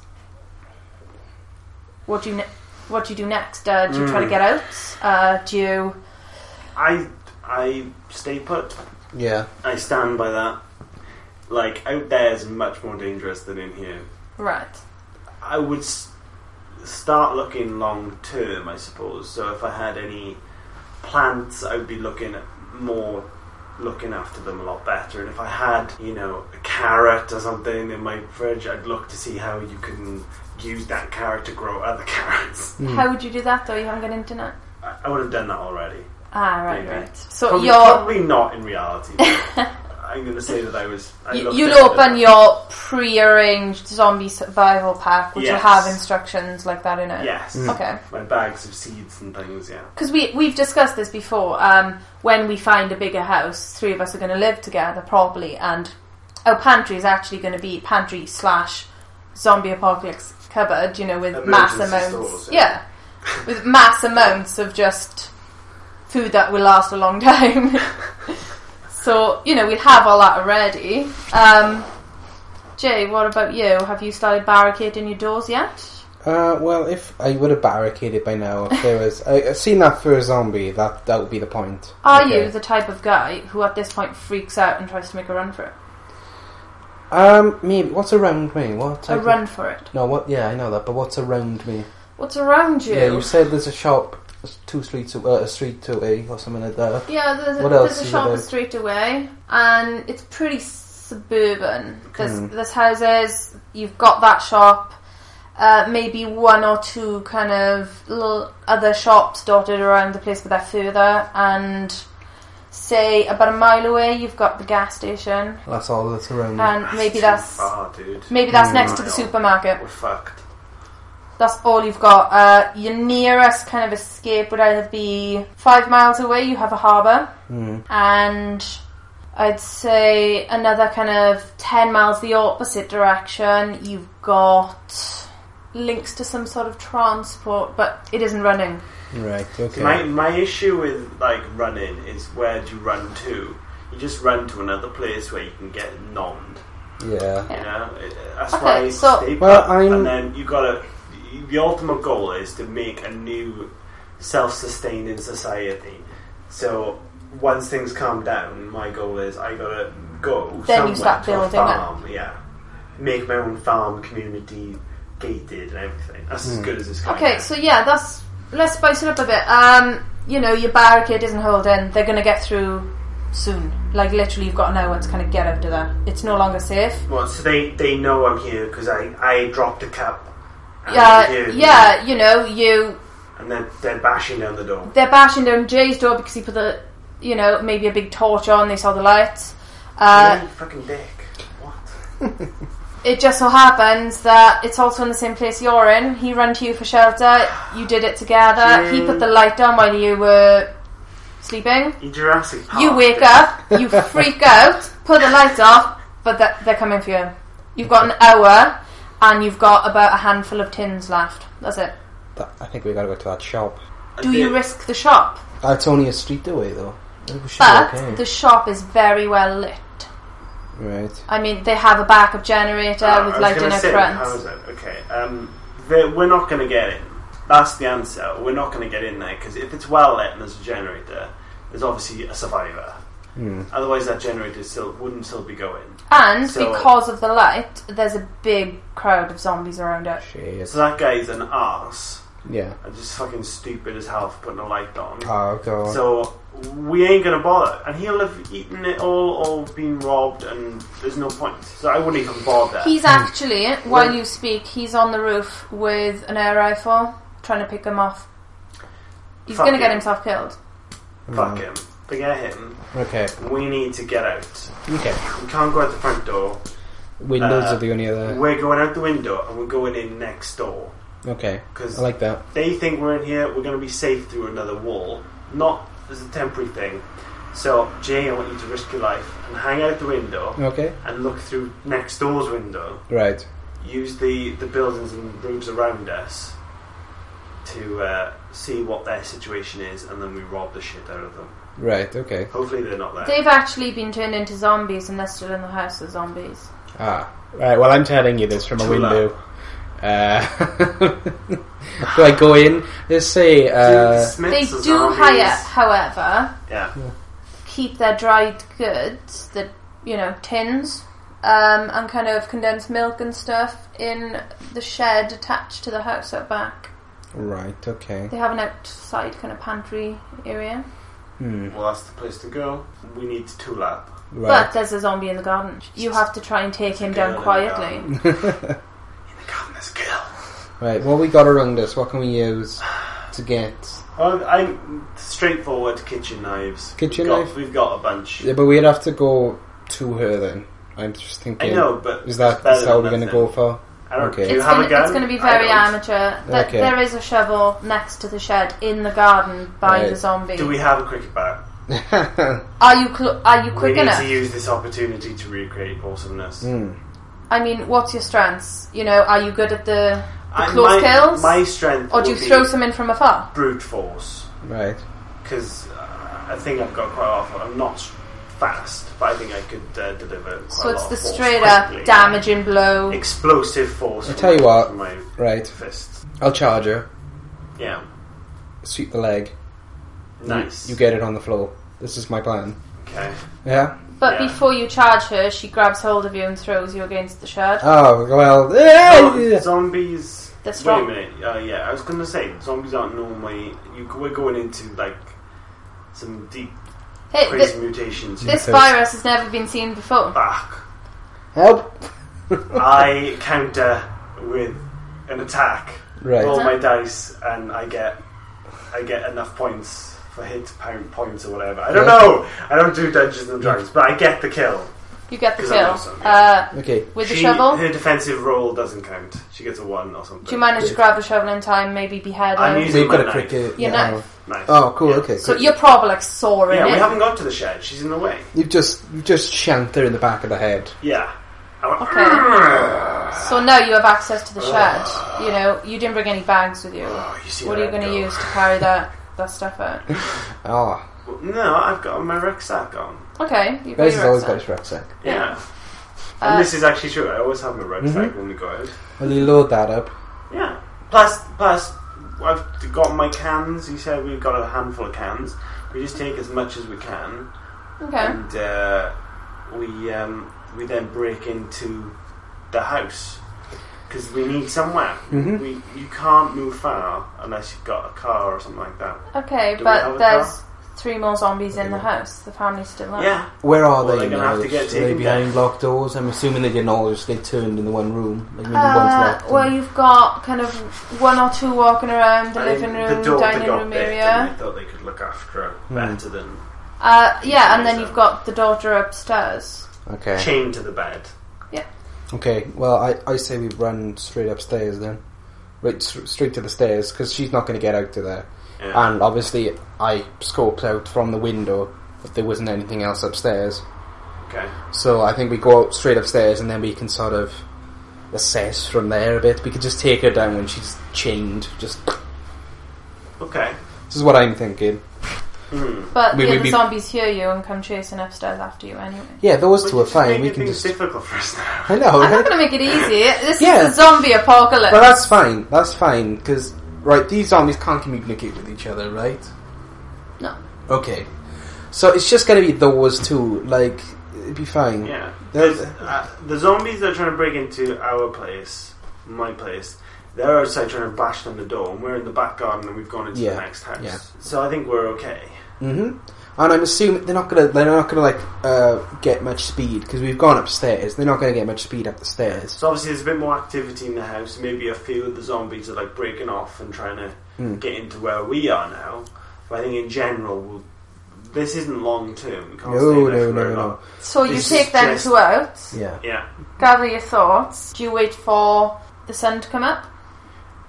Speaker 4: What do you ne- what do you do next? Uh, do you try to get out? Uh, do you
Speaker 3: I I stay put.
Speaker 5: Yeah.
Speaker 3: I stand by that. Like out there is much more dangerous than in here.
Speaker 4: right?
Speaker 3: I would s- start looking long term, I suppose. So if I had any plants, I would be looking at more, looking after them a lot better. And if I had, you know, a carrot or something in my fridge, I'd look to see how you can use that carrot to grow other carrots.
Speaker 4: How would you do that though? You haven't got internet.
Speaker 3: I, I would have done that already.
Speaker 4: Ah, right,
Speaker 3: Maybe.
Speaker 4: right. So
Speaker 3: Probably,
Speaker 4: your
Speaker 3: probably not in reality. but I'm going to say that I was. I
Speaker 4: you,
Speaker 3: looked
Speaker 4: you'll
Speaker 3: at it.
Speaker 4: open your pre-arranged zombie survival pack, which
Speaker 3: Yes.
Speaker 4: will have instructions like that in it.
Speaker 3: Yes.
Speaker 4: Okay.
Speaker 3: My bags of seeds and things, yeah.
Speaker 4: Because we we've discussed this before. Um, when we find a bigger house, three of us are going to live together properly, and our pantry is actually going to be pantry slash zombie apocalypse cupboard. You know, with mass
Speaker 3: Emergency
Speaker 4: amounts.
Speaker 3: stores,
Speaker 4: yeah.
Speaker 3: yeah.
Speaker 4: with mass amounts of just food that will last a long time. so you know we'll have all that already. Um, Jay, what about you? Have you started barricading your doors yet?
Speaker 5: Uh, well, if I would have barricaded by now, if there was, I, I've seen that for a zombie. That that would be the point.
Speaker 4: Are
Speaker 5: Okay.
Speaker 4: you the type of guy who at this point freaks out and tries to make a run for it?
Speaker 5: Um, me. What's around me? What?
Speaker 4: A
Speaker 5: type of-
Speaker 4: run for it.
Speaker 5: No, what? Yeah, I know that. But what's around me?
Speaker 4: What's around you?
Speaker 5: Yeah, you said there's a shop, two streets, a- uh, a street to a or something like that.
Speaker 4: Yeah, there's a,
Speaker 5: What
Speaker 4: there's
Speaker 5: else
Speaker 4: a
Speaker 5: is
Speaker 4: shop
Speaker 5: there?
Speaker 4: a street away, and it's pretty suburban. There's,
Speaker 5: Mm.
Speaker 4: there's houses, you've got that shop, uh, maybe one or two kind of little other shops dotted around the place, but they're further. And say about a mile away, you've got the gas station,
Speaker 5: That's all that's around me.
Speaker 4: and maybe
Speaker 3: too
Speaker 4: that's
Speaker 3: far, dude.
Speaker 4: maybe that's
Speaker 5: Mm.
Speaker 4: next to the supermarket.
Speaker 3: We're fucked.
Speaker 4: That's all you've got. Uh, your nearest kind of escape would either be five miles away, you have a harbour,
Speaker 5: Mm.
Speaker 4: and I'd say another kind of 10 miles the opposite direction, you've got links to some sort of transport, but it isn't running.
Speaker 5: Right. Okay.
Speaker 3: My my issue with like running is where do you run to? You just run to another place where you can get nommed.
Speaker 5: yeah.
Speaker 3: You know, It- uh, that's
Speaker 4: Okay,
Speaker 3: why. I
Speaker 4: so-
Speaker 3: stay put.
Speaker 5: Well, I'm-
Speaker 3: and then you gotta. The ultimate goal is to make a new self-sustaining society. So once things calm down, my goal is I gotta go.
Speaker 4: Then
Speaker 3: somewhere
Speaker 4: you start
Speaker 3: to a
Speaker 4: building up.
Speaker 3: farm, Yeah, make my own farm community gated and everything. That's
Speaker 5: Hmm.
Speaker 3: as good as it's going.
Speaker 4: Okay,
Speaker 3: now.
Speaker 4: so yeah, that's let's spice it up a bit. Um, you know, your barricade isn't holding. They're gonna get through soon. Like literally, you've got an hour to kind of get over that. It's no longer safe.
Speaker 3: Well, so they they know I'm here because I I dropped a cup. and I'm
Speaker 4: Yeah,
Speaker 3: here.
Speaker 4: yeah, you know, you
Speaker 3: And they're they're bashing down the door.
Speaker 4: they're bashing down Jay's door because he put the, you know, maybe a big torch on. They saw the lights. Uh,
Speaker 3: You fucking dick. What?
Speaker 4: It just so happens that it's also in the same place you're in. He ran to you for shelter. You did it together. He put the light on while you were sleeping.
Speaker 3: You Jurassic Park.
Speaker 4: You wake
Speaker 3: bitch.
Speaker 4: up, you freak out, put the lights off, but they're, they're coming for you. You've got an hour, and you've got about a handful of tins left. That's it.
Speaker 5: That, I think we gotta go to that shop.
Speaker 3: I
Speaker 4: Do you
Speaker 3: did.
Speaker 4: risk the shop?
Speaker 5: That's only a street away, though. I think we should be
Speaker 4: But
Speaker 5: okay.
Speaker 4: the shop is very well lit.
Speaker 5: right.
Speaker 4: I mean, they have a backup generator
Speaker 3: Ah,
Speaker 4: with
Speaker 3: I was
Speaker 4: light in
Speaker 3: gonna
Speaker 4: it
Speaker 3: say,
Speaker 4: front.
Speaker 3: how is it? Okay. Um, they- we're not going to get in. That's the answer. We're not going to get in there because if it's well lit and there's a generator, there's obviously a survivor. Otherwise, that generator still wouldn't still be going.
Speaker 4: And
Speaker 3: So-
Speaker 4: because of the light, there's a big crowd of zombies around it.
Speaker 5: Shit.
Speaker 3: So that guy's an arse.
Speaker 5: Yeah.
Speaker 3: I'm just fucking stupid as hell for putting a light on.
Speaker 5: Oh god.
Speaker 3: So we ain't gonna bother, and he'll have eaten it all or been robbed, and there's no point. So I wouldn't even bother.
Speaker 4: He's actually, while you speak, he's on the roof with an air rifle, trying to pick him off. He's
Speaker 3: Fuck
Speaker 4: going to get
Speaker 3: you.
Speaker 4: himself killed.
Speaker 3: Fuck him. Forget him.
Speaker 5: okay.
Speaker 3: We need to get out.
Speaker 5: Okay.
Speaker 3: We can't go out the front door.
Speaker 5: Windows
Speaker 3: Uh,
Speaker 5: are the only other.
Speaker 3: We're going out the window, and we're going in next door
Speaker 5: Okay.
Speaker 3: because
Speaker 5: I like that.
Speaker 3: they think we're in here. We're gonna be safe through another wall, not as a temporary thing. So Jay, I want you to risk your life and hang out the window
Speaker 5: Okay.
Speaker 3: and look through next door's window.
Speaker 5: Right.
Speaker 3: use the, the buildings and rooms around us to uh, see what their situation is, and then we rob the shit out of them.
Speaker 5: Right. Okay.
Speaker 3: Hopefully, they're not there.
Speaker 4: They've actually been turned into zombies and they're still in the house as zombies.
Speaker 5: Ah. Right. Well, I'm telling you this from a
Speaker 3: Too loud.
Speaker 5: window. Uh, do I go in? Let's say.
Speaker 3: Dude,
Speaker 5: Uh,
Speaker 3: Smiths
Speaker 4: they
Speaker 3: are
Speaker 4: do
Speaker 3: zombies.
Speaker 4: hire, however,
Speaker 3: Yeah,
Speaker 4: keep their dried goods, the you know tins, um, and kind of condensed milk and stuff in the shed attached to the house out back.
Speaker 5: right. Okay.
Speaker 4: They have an outside kind of pantry area,
Speaker 5: Hmm.
Speaker 3: well, that's the place to go. We need to tool up.
Speaker 4: but
Speaker 5: Right.
Speaker 4: there's a zombie in the garden. You have to try and take him
Speaker 3: Girl in
Speaker 4: down
Speaker 3: the
Speaker 4: quietly.
Speaker 3: In the garden, there's a girl.
Speaker 5: Right. What we got around us? What can we use to get?
Speaker 3: Well, I'm Oh, straightforward kitchen knives.
Speaker 5: Kitchen
Speaker 3: we've got,
Speaker 5: knife?
Speaker 3: We've got a bunch.
Speaker 5: Yeah, but we'd have to go to her then. I'm just
Speaker 3: I
Speaker 5: thinking.
Speaker 3: know, but
Speaker 5: Is that,
Speaker 3: it's better
Speaker 5: is that what we're
Speaker 3: than
Speaker 5: going to go
Speaker 3: nothing.
Speaker 5: for?
Speaker 3: I don't,
Speaker 5: Okay.
Speaker 3: Do you
Speaker 4: It's
Speaker 3: have
Speaker 4: gonna,
Speaker 3: a gun?
Speaker 4: it's gonna be
Speaker 3: I
Speaker 4: very
Speaker 3: don't.
Speaker 4: amateur. Th-
Speaker 5: Okay.
Speaker 4: There is a shovel next to the shed in the garden by
Speaker 5: Right.
Speaker 4: the zombie.
Speaker 3: Do we have a cricket bat?
Speaker 4: are you cl- are you quick
Speaker 3: we need
Speaker 4: enough?
Speaker 3: to use this opportunity to recreate awesomeness.
Speaker 5: Hmm.
Speaker 4: I mean, what's your strengths? You know, are you good at the, the
Speaker 3: I- my,
Speaker 4: close kills?
Speaker 3: My strength.
Speaker 4: or do you
Speaker 3: would be
Speaker 4: throw some in from afar?
Speaker 3: brute force?
Speaker 5: Right.
Speaker 3: Because uh, I think I've got quite awful. I'm not fast, but I think I could uh, deliver. Quite
Speaker 4: So
Speaker 3: a
Speaker 4: it's
Speaker 3: lot
Speaker 4: the
Speaker 3: of force
Speaker 4: straight up
Speaker 3: quickly.
Speaker 4: damaging blow.
Speaker 3: explosive force.
Speaker 5: I
Speaker 3: from
Speaker 5: tell you
Speaker 3: my-
Speaker 5: what.
Speaker 3: from my
Speaker 5: Right.
Speaker 3: fist.
Speaker 5: I'll charge her.
Speaker 3: Yeah,
Speaker 5: Sweep the leg.
Speaker 3: nice.
Speaker 5: You get it on the floor. This is my plan.
Speaker 3: okay.
Speaker 5: Yeah.
Speaker 4: But
Speaker 3: yeah.
Speaker 4: before you charge her, she grabs hold of you and throws you against the shed.
Speaker 5: Oh well.
Speaker 3: Oh, zombies.
Speaker 4: They're
Speaker 3: Wait a
Speaker 4: strong.
Speaker 3: minute. Uh, yeah, I was going to say zombies aren't normally. You, we're going into like some deep,
Speaker 4: Hey,
Speaker 3: crazy
Speaker 4: th-
Speaker 3: mutations.
Speaker 4: this
Speaker 5: Yeah.
Speaker 4: virus has never been seen before.
Speaker 3: Fuck.
Speaker 5: Help.
Speaker 3: I counter with an attack.
Speaker 5: Right.
Speaker 3: Roll my dice, and I get I get enough points for hit pound points or whatever. I don't
Speaker 5: Yeah.
Speaker 3: know. I don't do Dungeons and Dragons, but I get the kill.
Speaker 4: You get the
Speaker 3: 'Cause I'm
Speaker 4: kill.
Speaker 3: awesome,
Speaker 4: Uh,
Speaker 5: Okay.
Speaker 4: with the
Speaker 3: She-
Speaker 4: shovel,
Speaker 3: Her defensive roll doesn't count. She gets a one or something.
Speaker 4: do you manage to grab the shovel in time, maybe behead
Speaker 3: I'm
Speaker 4: her?
Speaker 3: using-
Speaker 5: So you've got a
Speaker 3: my knife.
Speaker 5: quick. uh,
Speaker 4: Your
Speaker 5: yeah,
Speaker 4: knife.
Speaker 3: Nice.
Speaker 5: Oh, cool.
Speaker 3: Yeah.
Speaker 5: Okay.
Speaker 4: So
Speaker 5: good.
Speaker 4: you're probably like soaring
Speaker 3: Yeah, we
Speaker 4: in.
Speaker 3: haven't got to the shed. She's in the way.
Speaker 5: You've just you've just shanked her in the back of the head.
Speaker 3: Yeah. I went,
Speaker 4: Okay. So now you have access to the shed. You know, you didn't bring any bags with you.
Speaker 3: Oh, you see
Speaker 4: What are
Speaker 3: where
Speaker 4: you
Speaker 3: I
Speaker 4: going to
Speaker 3: go.
Speaker 4: use to carry that, that stuff out?
Speaker 5: Oh,
Speaker 3: No, I've got my rucksack on.
Speaker 4: Okay, you've got
Speaker 5: Bez has
Speaker 4: your
Speaker 5: always got
Speaker 4: rucksack.
Speaker 5: his rucksack.
Speaker 3: Yeah.
Speaker 4: Uh,
Speaker 3: and this is actually true. I always have my rucksack
Speaker 5: Mm-hmm.
Speaker 3: when we go out.
Speaker 5: Will you load that up?
Speaker 3: Yeah. Plus, plus, I've got my cans. You said we've got a handful of cans. We just take as much as we can,
Speaker 4: Okay.
Speaker 3: and uh, we um, we then break into the house because we need somewhere.
Speaker 4: Hmm.
Speaker 5: Mhm.
Speaker 3: We you can't move far unless you've got a car or something like that.
Speaker 4: Okay,
Speaker 3: Do we have
Speaker 4: but
Speaker 3: a
Speaker 4: there's three more zombies in the
Speaker 5: Yeah.
Speaker 4: house. The family's still alive.
Speaker 3: Yeah,
Speaker 5: Where are
Speaker 3: Well,
Speaker 5: they
Speaker 3: they're gonna
Speaker 5: now?
Speaker 3: have to get
Speaker 5: Are they
Speaker 3: taken
Speaker 5: behind
Speaker 3: down.
Speaker 5: locked doors? I'm assuming they didn't all just get turned in the one room. Like maybe one's
Speaker 4: Uh,
Speaker 5: locked.
Speaker 4: well,
Speaker 5: and-
Speaker 4: you've got kind of one or two walking around the
Speaker 3: I
Speaker 4: living
Speaker 3: mean, the
Speaker 4: room,
Speaker 3: daughter
Speaker 4: dining
Speaker 3: got
Speaker 4: room
Speaker 3: bit,
Speaker 4: area.
Speaker 3: And they thought they could look after her
Speaker 5: Hmm.
Speaker 3: better than
Speaker 4: Uh, yeah, and then
Speaker 3: Amazing.
Speaker 4: you've got the daughter upstairs.
Speaker 5: okay.
Speaker 3: chained to the bed.
Speaker 5: Okay, well, I, I say we run straight upstairs then. Right, s- straight to the stairs, because she's not going to get out to there.
Speaker 3: Yeah.
Speaker 5: And obviously, I scoped out from the window that there wasn't anything else upstairs.
Speaker 3: okay.
Speaker 5: So I think we go out straight upstairs and then we can sort of assess from there a bit. We could just take her down when she's chained. Just
Speaker 3: Okay.
Speaker 5: This is what I'm thinking.
Speaker 3: Hmm.
Speaker 4: But
Speaker 5: We
Speaker 4: the
Speaker 5: will
Speaker 4: other
Speaker 5: be-
Speaker 4: zombies hear you and come chasing upstairs after you anyway.
Speaker 5: Yeah, those
Speaker 3: We're
Speaker 5: two are
Speaker 3: just
Speaker 5: fine.
Speaker 3: making
Speaker 5: We can
Speaker 3: things
Speaker 5: just.
Speaker 3: difficult for us now.
Speaker 5: I know,
Speaker 4: I'm
Speaker 5: right?
Speaker 4: not going to make it easy. This
Speaker 5: Yeah.
Speaker 4: is the zombie apocalypse.
Speaker 5: Well, that's fine. That's fine because right, these zombies can't communicate with each other, right?
Speaker 4: No.
Speaker 5: Okay. So it's just gonna be those two. Like, it'd be fine.
Speaker 3: Yeah.
Speaker 5: There's-
Speaker 3: There's, uh, the zombies that are trying to break into our place, my place, they're outside trying to bash down the door, and we're in the back garden and we've gone into
Speaker 5: Yeah,
Speaker 3: the next house.
Speaker 5: yeah.
Speaker 3: So I think we're okay.
Speaker 5: Mm-hmm. And I'm assuming they're not gonna. They're not gonna like uh, get much speed because we've gone upstairs. They're not gonna get much speed up the stairs.
Speaker 3: So obviously there's a bit more activity in the house. Maybe a few of the zombies are like breaking off and trying to
Speaker 5: Mm.
Speaker 3: get into where we are now. But I think in general, we'll, this isn't long term. We can't
Speaker 5: No,
Speaker 3: stay there
Speaker 5: no,
Speaker 3: for
Speaker 5: no,
Speaker 3: very
Speaker 5: no.
Speaker 3: long.
Speaker 4: So you
Speaker 3: It's
Speaker 4: take them
Speaker 3: just-
Speaker 4: two out,
Speaker 5: Yeah.
Speaker 3: Yeah.
Speaker 4: gather your thoughts. Do you wait for the sun to come up?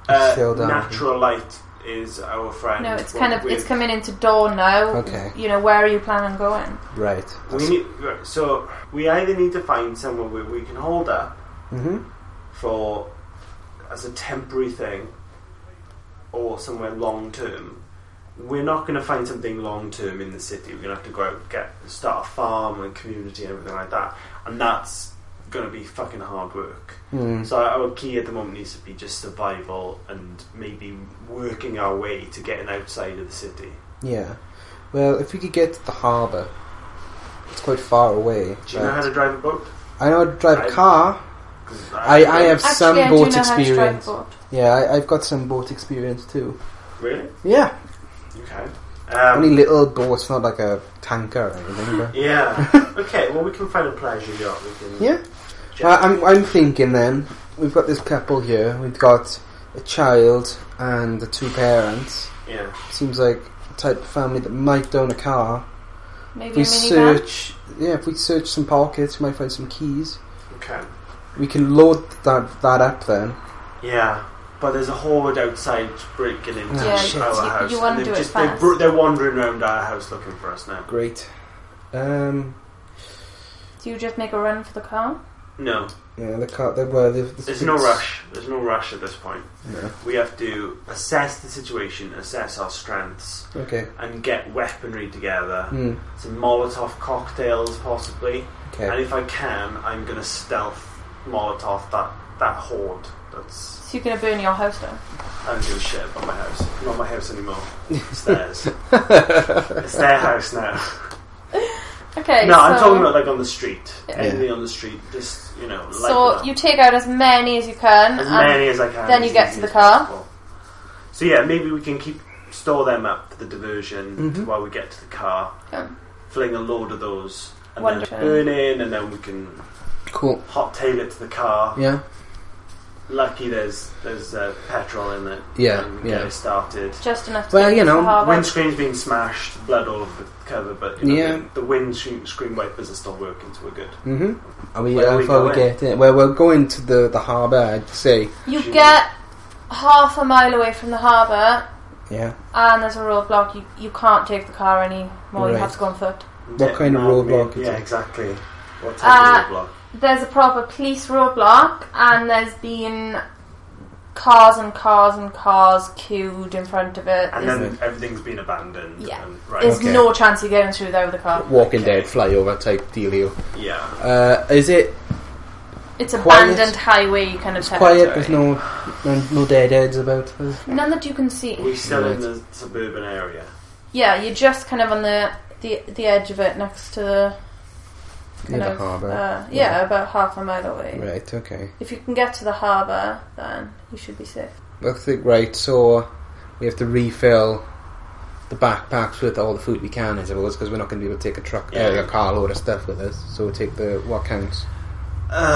Speaker 3: Uh,
Speaker 5: still down.
Speaker 3: natural light is our friend.
Speaker 4: No, it's
Speaker 3: What
Speaker 4: kind of
Speaker 3: we-
Speaker 4: it's coming into dawn now.
Speaker 5: Okay.
Speaker 4: You know, where are you planning on going?
Speaker 5: Right.
Speaker 3: We need, right, so we either need to find somewhere where we can hold her
Speaker 5: hmm
Speaker 3: for as a temporary thing or somewhere long term. We're not going to find something long term in the city. We're going to have to go out and get start a farm and community and everything like that, and that's going to be fucking hard work.
Speaker 5: Mm.
Speaker 3: So our key at the moment needs to be just survival and maybe working our way to getting outside of the city.
Speaker 5: Yeah. Well, if we could get to the harbour, it's quite far away.
Speaker 3: Do you know how
Speaker 5: but-
Speaker 3: to drive a boat?
Speaker 5: I know how to drive a
Speaker 3: I-
Speaker 5: car.
Speaker 3: 'Cause
Speaker 5: I, I have
Speaker 4: Actually,
Speaker 5: some
Speaker 4: I do
Speaker 5: boat
Speaker 4: know how to drive a
Speaker 5: experience.
Speaker 4: boat.
Speaker 5: Yeah, I, I've got some boat experience too.
Speaker 3: really
Speaker 5: Yeah,
Speaker 3: okay. Um,
Speaker 5: only little boats, not like a tanker or anything. But
Speaker 3: Yeah. okay. Well, we can find a pleasure yacht. We can.
Speaker 5: yeah,
Speaker 3: jet.
Speaker 5: I, I'm I'm thinking then we've got this couple here. We've got a child and the two parents.
Speaker 3: yeah.
Speaker 5: Seems like the type of family that might own a car.
Speaker 4: Maybe
Speaker 5: If
Speaker 4: a
Speaker 5: we
Speaker 4: minivan.
Speaker 5: search, yeah, if we search some pockets, we might find some keys.
Speaker 3: Okay.
Speaker 5: We can load that that up then.
Speaker 3: Yeah. But there's a horde outside breaking into
Speaker 5: Yeah,
Speaker 3: our
Speaker 5: shit.
Speaker 4: You-
Speaker 3: house.
Speaker 4: you wanna
Speaker 3: and
Speaker 4: do
Speaker 3: they've
Speaker 4: it
Speaker 3: just, they're,
Speaker 4: fast.
Speaker 3: br- they're wandering around our house looking for us now.
Speaker 5: Great. Um,
Speaker 4: Do you just make a run for the car?
Speaker 3: No,
Speaker 5: yeah, the car. They were. The, the
Speaker 3: there's no
Speaker 5: police-
Speaker 3: rush. There's no rush at this point.
Speaker 5: No.
Speaker 3: We have to assess the situation, assess our strengths,
Speaker 5: Okay.
Speaker 3: and get weaponry together.
Speaker 5: Hmm.
Speaker 3: Some Molotov cocktails, possibly. And
Speaker 5: Okay.
Speaker 3: if I can, I'm gonna stealth Molotov that that horde that's
Speaker 4: So you're gonna burn your house down.
Speaker 3: I don't give a shit about my house. Not my house anymore. It's theirs. it's their house now.
Speaker 4: Okay.
Speaker 3: no, I'm
Speaker 4: so-
Speaker 3: talking about like on the street.
Speaker 4: Yeah.
Speaker 3: Anything on the street, just you know, like
Speaker 4: So
Speaker 3: that.
Speaker 4: you take out as many as you can.
Speaker 3: as
Speaker 4: and-
Speaker 3: many as I can.
Speaker 4: then you
Speaker 3: as
Speaker 4: get
Speaker 3: easy
Speaker 4: to the
Speaker 3: as
Speaker 4: car.
Speaker 3: possible. So yeah, maybe we can keep store them up for the diversion
Speaker 5: Mhm.
Speaker 3: while we get to the car.
Speaker 4: Yeah.
Speaker 3: Fling a load of those and
Speaker 4: Wonderful.
Speaker 3: then burn in, and then we can
Speaker 5: Cool.
Speaker 3: hot tail it to the car.
Speaker 5: Yeah.
Speaker 3: Lucky there's there's uh, petrol in it.
Speaker 5: Yeah,
Speaker 3: and we can
Speaker 5: yeah.
Speaker 3: Get it started.
Speaker 4: just enough. To
Speaker 5: Well,
Speaker 4: get
Speaker 5: you
Speaker 4: to
Speaker 5: know,
Speaker 4: the harbour.
Speaker 3: Windscreen's been smashed, blood all over the cover, but you know,
Speaker 5: Yeah.
Speaker 3: the, the windscreen screen wipers are still working, so we're good.
Speaker 5: hmm Are we,
Speaker 3: Mm-hmm. Where
Speaker 5: how
Speaker 3: are we
Speaker 5: far we
Speaker 3: going?
Speaker 5: get in? Well, we're going to the, the harbour, I'd say.
Speaker 4: You
Speaker 3: She-
Speaker 4: get half a mile away from the harbour,
Speaker 5: Yeah.
Speaker 4: and there's a roadblock. You you can't take the car anymore. You
Speaker 5: Right.
Speaker 4: have to go on foot.
Speaker 5: What kind of
Speaker 3: Yeah,
Speaker 5: roadblock
Speaker 3: yeah,
Speaker 5: is
Speaker 3: Yeah,
Speaker 5: it?
Speaker 3: exactly. What
Speaker 4: Uh,
Speaker 3: type of roadblock?
Speaker 4: There's a proper police roadblock, and there's been cars and cars and cars queued in front of it.
Speaker 3: And
Speaker 4: There's,
Speaker 3: then everything's been abandoned.
Speaker 4: Yeah.
Speaker 3: And, right.
Speaker 4: there's
Speaker 5: Okay.
Speaker 4: no chance you're getting through there with a car.
Speaker 5: Walking Dead flyover type dealio.
Speaker 3: Yeah.
Speaker 5: Uh, is it
Speaker 4: It's
Speaker 5: Quiet.
Speaker 4: abandoned highway kind of territory.
Speaker 5: quiet? There's no, no no dead heads about.
Speaker 4: None that you can see.
Speaker 3: We're still
Speaker 5: Right.
Speaker 3: in the suburban area.
Speaker 4: Yeah, you're just kind of on the the, the edge of it next to the kind
Speaker 5: Near the
Speaker 4: of
Speaker 5: harbour.
Speaker 4: Uh, yeah, about half a mile away.
Speaker 5: Right, okay.
Speaker 4: If you can get to the harbour, then you should be safe.
Speaker 5: I think, right, so we have to refill the backpacks with all the food we can, I suppose, because we're not going to be able to take a truck,
Speaker 3: Yeah.
Speaker 5: uh, a carload of stuff with us. So we'll take the what counts.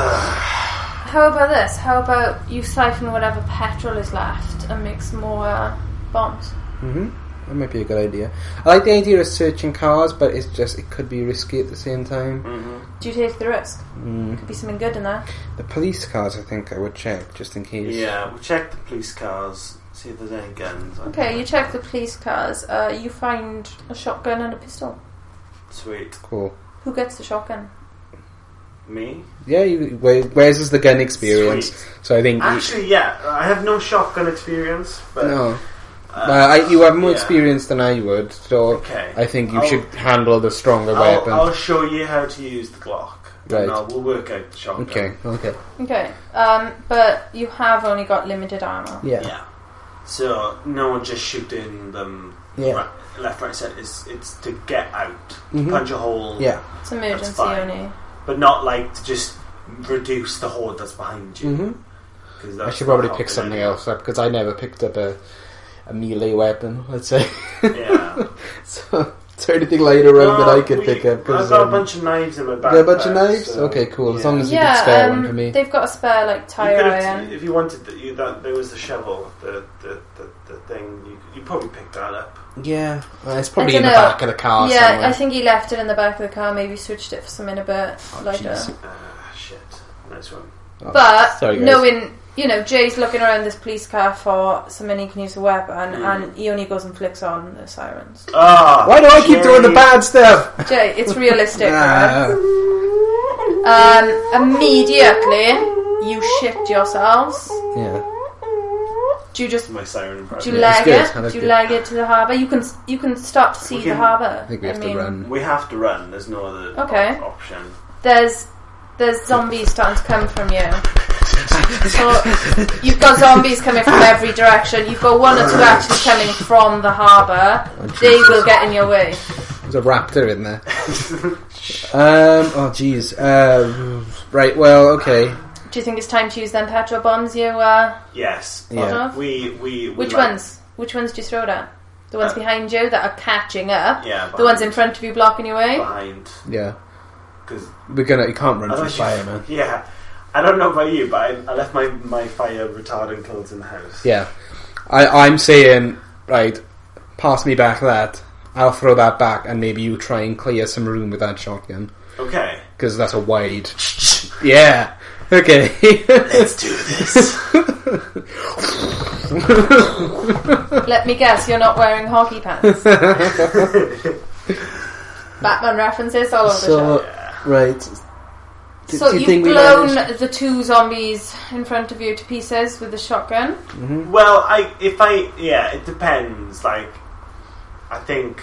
Speaker 4: How about this? How about you siphon whatever petrol is left and make some more uh, bombs?
Speaker 3: Mm-hmm.
Speaker 5: hmm That might be a good idea. I like the idea of searching cars, but it's just, it could be risky at the same time.
Speaker 3: Mm-hmm.
Speaker 4: Do you take the risk?
Speaker 5: Mm.
Speaker 4: Could be something good in there.
Speaker 5: The police cars, I think I would check, just in case.
Speaker 3: Yeah, we'll check the police cars, see if there's any guns.
Speaker 4: Okay, you check the police cars. Uh, you find a shotgun and a pistol.
Speaker 3: Sweet.
Speaker 5: Cool.
Speaker 4: Who gets the shotgun?
Speaker 3: Me?
Speaker 5: Yeah, you, where, where's is the gun experience?
Speaker 3: Sweet.
Speaker 5: So I think. you-
Speaker 3: Actually, yeah, I have no shotgun experience, but.
Speaker 5: no.
Speaker 3: uh,
Speaker 5: Well, I, you have more
Speaker 3: yeah. Oh.
Speaker 5: experience than I would, so
Speaker 3: Okay.
Speaker 5: I think you
Speaker 3: I'll-
Speaker 5: should handle the stronger
Speaker 3: I'll,
Speaker 5: weapon.
Speaker 3: I'll show you how to use the Glock.
Speaker 5: Right.
Speaker 3: And I'll, we'll work out the shotgun.
Speaker 5: okay, okay.
Speaker 4: Okay, um, but you have only got limited armor.
Speaker 5: Yeah.
Speaker 3: Yeah. So, no one just shooting them
Speaker 5: Yeah.
Speaker 3: right, left, right, center. It's, it's to get out,
Speaker 5: Mhm.
Speaker 3: to punch a hole,
Speaker 5: Yeah.
Speaker 4: It's emergency
Speaker 3: fine.
Speaker 4: only.
Speaker 3: but not like to just reduce the horde that's behind you.
Speaker 5: hmm
Speaker 3: 'cause
Speaker 5: I
Speaker 3: that's
Speaker 5: should
Speaker 3: not
Speaker 5: probably
Speaker 3: helping
Speaker 5: pick something
Speaker 3: anyone.
Speaker 5: else up because I never picked up a, a melee weapon, let's say.
Speaker 3: Yeah.
Speaker 5: so, is there anything lying around that I
Speaker 3: Uh,
Speaker 5: could
Speaker 3: we-
Speaker 5: pick up?
Speaker 3: I've
Speaker 5: 'Cause,
Speaker 3: got a
Speaker 5: um,
Speaker 3: bunch of knives in my backpack.
Speaker 5: got a bunch of knives?
Speaker 3: so-
Speaker 5: okay, cool. As
Speaker 3: yeah.
Speaker 5: long as you can
Speaker 4: Yeah,
Speaker 5: spare one for
Speaker 4: um,
Speaker 5: me.
Speaker 4: they've got a spare like
Speaker 3: You
Speaker 4: tire
Speaker 3: could've-
Speaker 4: iron.
Speaker 3: If you wanted, the, you, that, there was the shovel, the the, the, the thing. You, you probably picked that up.
Speaker 5: yeah. Well, it's probably in the
Speaker 4: dunno.
Speaker 5: back of the car
Speaker 4: yeah,
Speaker 5: Ah, somewhere.
Speaker 4: I think he left it in the back of the car. Maybe switched it for something a bit
Speaker 5: Oh,
Speaker 4: later.
Speaker 5: jeez.
Speaker 3: Ah, shit. Nice one.
Speaker 5: Oh,
Speaker 4: But
Speaker 5: sorry, guys.
Speaker 4: knowing, you know, Jay's looking around this police car for something he can use a weapon, and he only goes and flicks on the sirens.
Speaker 3: Ah,
Speaker 5: Why do I keep doing the
Speaker 3: Jerry.
Speaker 5: bad stuff?
Speaker 4: Jay, it's realistic. right?
Speaker 5: Ah.
Speaker 4: um, immediately, you shift yourselves.
Speaker 5: yeah.
Speaker 4: Do you just
Speaker 3: My siren.
Speaker 4: do
Speaker 3: impression.
Speaker 4: you
Speaker 5: Yeah,
Speaker 4: leg
Speaker 5: it's good. I
Speaker 4: it?
Speaker 5: like
Speaker 4: Do you
Speaker 5: it.
Speaker 4: leg it to the harbour? You can s- you can start to see
Speaker 3: We
Speaker 4: the
Speaker 3: can-
Speaker 4: harbour.
Speaker 5: I think we have
Speaker 4: mean,
Speaker 5: to run.
Speaker 3: We have to run. There's no other
Speaker 4: Okay.
Speaker 3: op- option.
Speaker 4: There's there's zombies starting to come from you. So you've got zombies coming from every direction. You've got one or two actually coming from the harbour. They will get in your way.
Speaker 5: There's a raptor in there. um. Oh, jeez. Uh, right. Well. Okay.
Speaker 4: Do you think it's time to use them petrol bombs you uh,
Speaker 3: Yes.
Speaker 5: Yeah.
Speaker 4: Hold on.
Speaker 3: We we. we
Speaker 4: Which
Speaker 3: like-
Speaker 4: ones? Which ones do you throw it at? The ones
Speaker 3: Uh,
Speaker 4: behind you that are catching up.
Speaker 3: Yeah.
Speaker 4: The ones in
Speaker 3: behind-
Speaker 4: front of you blocking your way.
Speaker 3: Behind.
Speaker 5: Yeah.
Speaker 3: 'Cause
Speaker 5: We're gonna. You can't run from
Speaker 3: Otherwise
Speaker 5: fire,
Speaker 3: you-
Speaker 5: man.
Speaker 3: Yeah. I don't know about you, but I, I left my, my fire retardant clothes in the house.
Speaker 5: Yeah. I. I'm saying. Right. Pass me back that. I'll throw that back, and maybe you try and clear some room with that shotgun
Speaker 3: Okay.
Speaker 5: because that's a wide. yeah. Okay.
Speaker 3: Let's do this.
Speaker 4: Let me guess, you're not wearing hockey pants. Batman references all over the show.
Speaker 5: so. Right. Do-
Speaker 4: so
Speaker 5: do you
Speaker 4: you've
Speaker 5: think we
Speaker 4: blown the two zombies in front of you to pieces with the shotgun.
Speaker 3: well, I if I yeah, it depends. Like, I think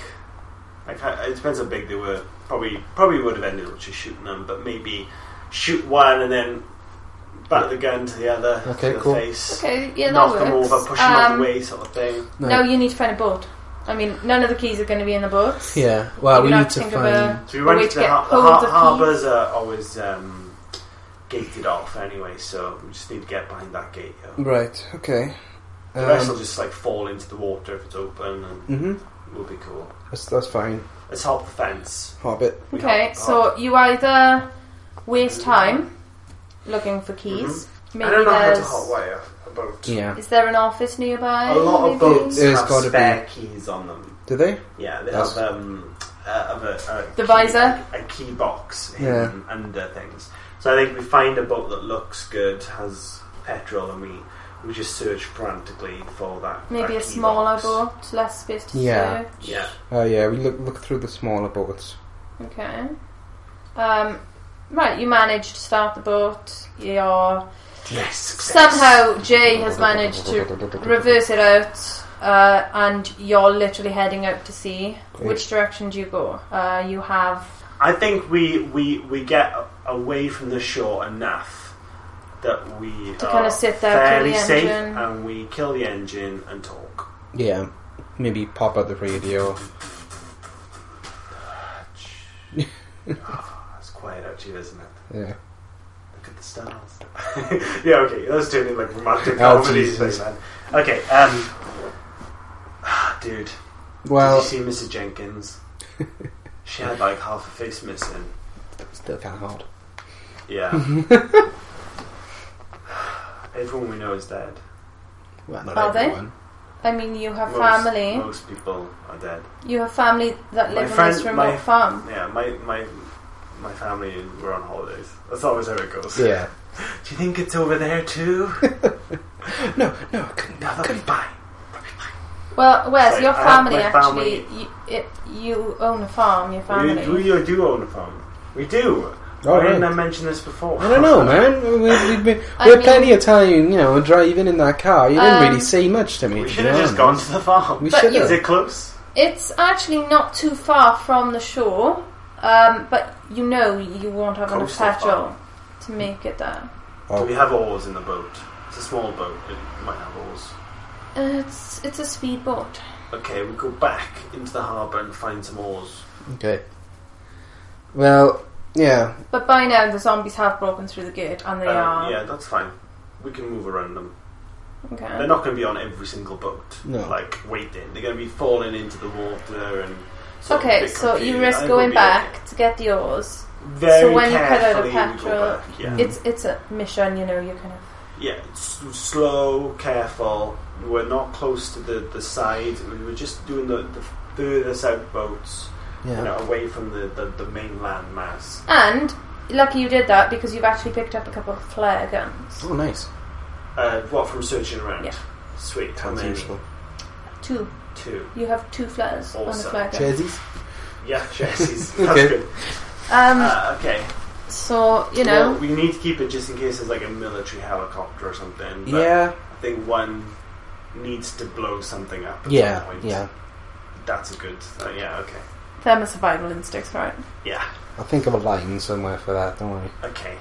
Speaker 3: like I- it depends how big they were. Probably probably would have ended up just shooting them, but maybe shoot one and then back the gun to the other
Speaker 5: Okay,
Speaker 3: to the
Speaker 5: cool.
Speaker 3: face.
Speaker 4: Okay, yeah, that
Speaker 3: Knock
Speaker 4: works. Um,
Speaker 3: them over, push them out the way, sort of thing.
Speaker 5: No.
Speaker 4: Now you need to find a boat. I mean, none of the keys are going to be in the boats.
Speaker 5: Yeah. Well,
Speaker 4: You're
Speaker 5: we
Speaker 4: gonna
Speaker 5: need
Speaker 4: have to
Speaker 5: to
Speaker 4: think
Speaker 5: find.
Speaker 4: of a-
Speaker 3: So we
Speaker 4: A
Speaker 3: went
Speaker 4: way
Speaker 3: to
Speaker 4: to
Speaker 3: the,
Speaker 4: get
Speaker 3: har- the
Speaker 4: hold
Speaker 3: har-
Speaker 4: of keys.
Speaker 3: harbours are always um, gated off anyway, so we just need to get behind that gate. Yo.
Speaker 5: Right. Okay.
Speaker 3: The rest
Speaker 5: Um,
Speaker 3: will just like fall into the water if it's open, and
Speaker 5: hmm
Speaker 3: we'll be cool.
Speaker 5: That's that's fine.
Speaker 3: Let's hop the fence.
Speaker 5: Hobbit.
Speaker 3: We
Speaker 4: Okay,
Speaker 3: hop-
Speaker 4: so
Speaker 3: hop.
Speaker 4: you either waste time looking for keys. Maybe
Speaker 3: Mm-hmm. I don't know how
Speaker 4: there's
Speaker 3: to hotwire a boat.
Speaker 5: Yeah.
Speaker 4: is there an office nearby?
Speaker 3: A lot of
Speaker 4: maybe?
Speaker 3: boats
Speaker 5: There's
Speaker 3: have
Speaker 5: gotta be-
Speaker 3: spare keys on them.
Speaker 5: Do they?
Speaker 3: Yeah, they
Speaker 5: That's-
Speaker 3: have um, uh, of a, a
Speaker 4: The
Speaker 3: key-
Speaker 4: visor?
Speaker 3: a key box
Speaker 5: Yeah.
Speaker 3: hidden under things. So I think we find a boat that looks good, has petrol, and we we just search frantically for that.
Speaker 4: Maybe
Speaker 3: that
Speaker 4: a
Speaker 3: key
Speaker 4: smaller
Speaker 3: box.
Speaker 4: boat, less space to
Speaker 5: Yeah.
Speaker 4: search.
Speaker 3: Yeah,
Speaker 5: Oh yeah. We look look through the smaller boats.
Speaker 4: Okay. Um, right, you managed to start the boat. You're
Speaker 3: yes. Success.
Speaker 4: somehow Jay has managed to reverse it out, uh, and you're literally heading out to sea.
Speaker 5: Great.
Speaker 4: Which direction do you go? Uh, you have
Speaker 3: I think we we we get a- away from the shore enough that we
Speaker 4: To
Speaker 3: are
Speaker 4: kinda sit there, kill
Speaker 3: fairly
Speaker 4: the
Speaker 3: safe,
Speaker 4: engine.
Speaker 3: and we kill the engine and talk.
Speaker 5: Yeah. Maybe pop out the radio.
Speaker 3: That's quiet out attitude, isn't it?
Speaker 5: Yeah.
Speaker 3: Look at the stars. yeah, okay, let's do it in like romantic
Speaker 5: Oh,
Speaker 3: comedy
Speaker 5: Jesus.
Speaker 3: thing, man. Okay, um, dude,
Speaker 5: Well,
Speaker 3: did you see Mrs. Jenkins? she had like half a face missing.
Speaker 5: still kind of hard.
Speaker 3: Yeah. Everyone we know is dead.
Speaker 5: Well, not
Speaker 4: Are they?
Speaker 5: everyone.
Speaker 4: I mean, you have
Speaker 3: Most-
Speaker 4: family.
Speaker 3: Most people are dead.
Speaker 4: You have family that
Speaker 3: My
Speaker 4: live on
Speaker 3: friend-
Speaker 4: this
Speaker 3: my-
Speaker 4: remote farm.
Speaker 3: Yeah, my my my family were on holidays. That's always how it goes.
Speaker 5: Yeah.
Speaker 3: Do you think it's over there too?
Speaker 5: No, no, I couldn't.
Speaker 3: no,
Speaker 5: I
Speaker 3: that'll be
Speaker 5: couldn't.
Speaker 3: fine.
Speaker 4: Well, where's
Speaker 3: Sorry,
Speaker 4: your
Speaker 3: I have
Speaker 4: family?
Speaker 3: my
Speaker 4: Actually, You, it, you own a farm. Your family.
Speaker 3: We, we do own a farm. We do.
Speaker 5: Oh,
Speaker 3: Why didn't
Speaker 5: right.
Speaker 3: I mention this before?
Speaker 5: I don't know, man. We, we, we, we
Speaker 4: I
Speaker 5: had
Speaker 4: mean-
Speaker 5: plenty of time, you know, driving in that car. You didn't
Speaker 4: Um,
Speaker 5: really say much to me.
Speaker 3: We
Speaker 5: do you
Speaker 3: should have
Speaker 5: know?
Speaker 3: just gone to the farm.
Speaker 5: We
Speaker 4: But
Speaker 5: should
Speaker 4: you-
Speaker 3: Is
Speaker 5: have.
Speaker 3: it close?
Speaker 4: It's actually not too far from the shore, um, but you know you won't have enough
Speaker 3: Coastal
Speaker 4: petrol
Speaker 3: farm.
Speaker 4: to make it there.
Speaker 5: Oh.
Speaker 3: Do we have oars in the boat? It's a small boat. It might have oars.
Speaker 4: It's it's a speedboat.
Speaker 3: Okay, we go back into the harbour and find some oars.
Speaker 5: Okay. Well, yeah.
Speaker 4: But by now the zombies have broken through the gate, and they
Speaker 3: Uh,
Speaker 4: are
Speaker 3: Yeah, that's fine. We can move around them. They're
Speaker 4: okay.
Speaker 3: not going to be on every single boat,
Speaker 5: No.
Speaker 3: like waiting. They're going to be falling into the water and. sort of a
Speaker 4: Okay,
Speaker 3: bit
Speaker 4: so you
Speaker 3: confused. I
Speaker 4: risk
Speaker 3: think
Speaker 4: going
Speaker 3: we'll be okay.
Speaker 4: back to get the oars.
Speaker 3: Very
Speaker 4: so when you cut out
Speaker 3: carefully
Speaker 4: a
Speaker 3: we go
Speaker 4: petrol,
Speaker 3: back, yeah.
Speaker 4: it's it's a mission. You know, you kind of
Speaker 3: Yeah, s- slow, careful. We were not close to the, the side. We were just doing the, the furthest out boats, you know,
Speaker 5: Yeah.
Speaker 3: away from the, the, the mainland mass.
Speaker 4: and lucky you did that because you've actually picked up a couple of flare guns.
Speaker 5: Oh, nice.
Speaker 3: Uh, what from searching around?
Speaker 4: Yeah.
Speaker 3: Sweet. How
Speaker 5: As
Speaker 3: many?
Speaker 5: usual.
Speaker 4: Two.
Speaker 3: Two.
Speaker 4: You have two flares on the
Speaker 3: Awesome.
Speaker 4: flare gun.
Speaker 5: Jerseys?
Speaker 3: Yeah, jerseys.
Speaker 5: Okay.
Speaker 3: That's good.
Speaker 4: Um,
Speaker 3: Uh, okay.
Speaker 4: so you know.
Speaker 3: Well, we need to keep it just in case there's like a military helicopter or something. But
Speaker 5: Yeah.
Speaker 3: I think one needs to blow something up. At
Speaker 5: Yeah.
Speaker 3: Some point.
Speaker 5: Yeah.
Speaker 3: That's a good. Uh, yeah. Okay.
Speaker 4: Them are survival instincts, right?
Speaker 3: Yeah.
Speaker 5: I'll think of a line somewhere for that, don't worry.
Speaker 3: Okay.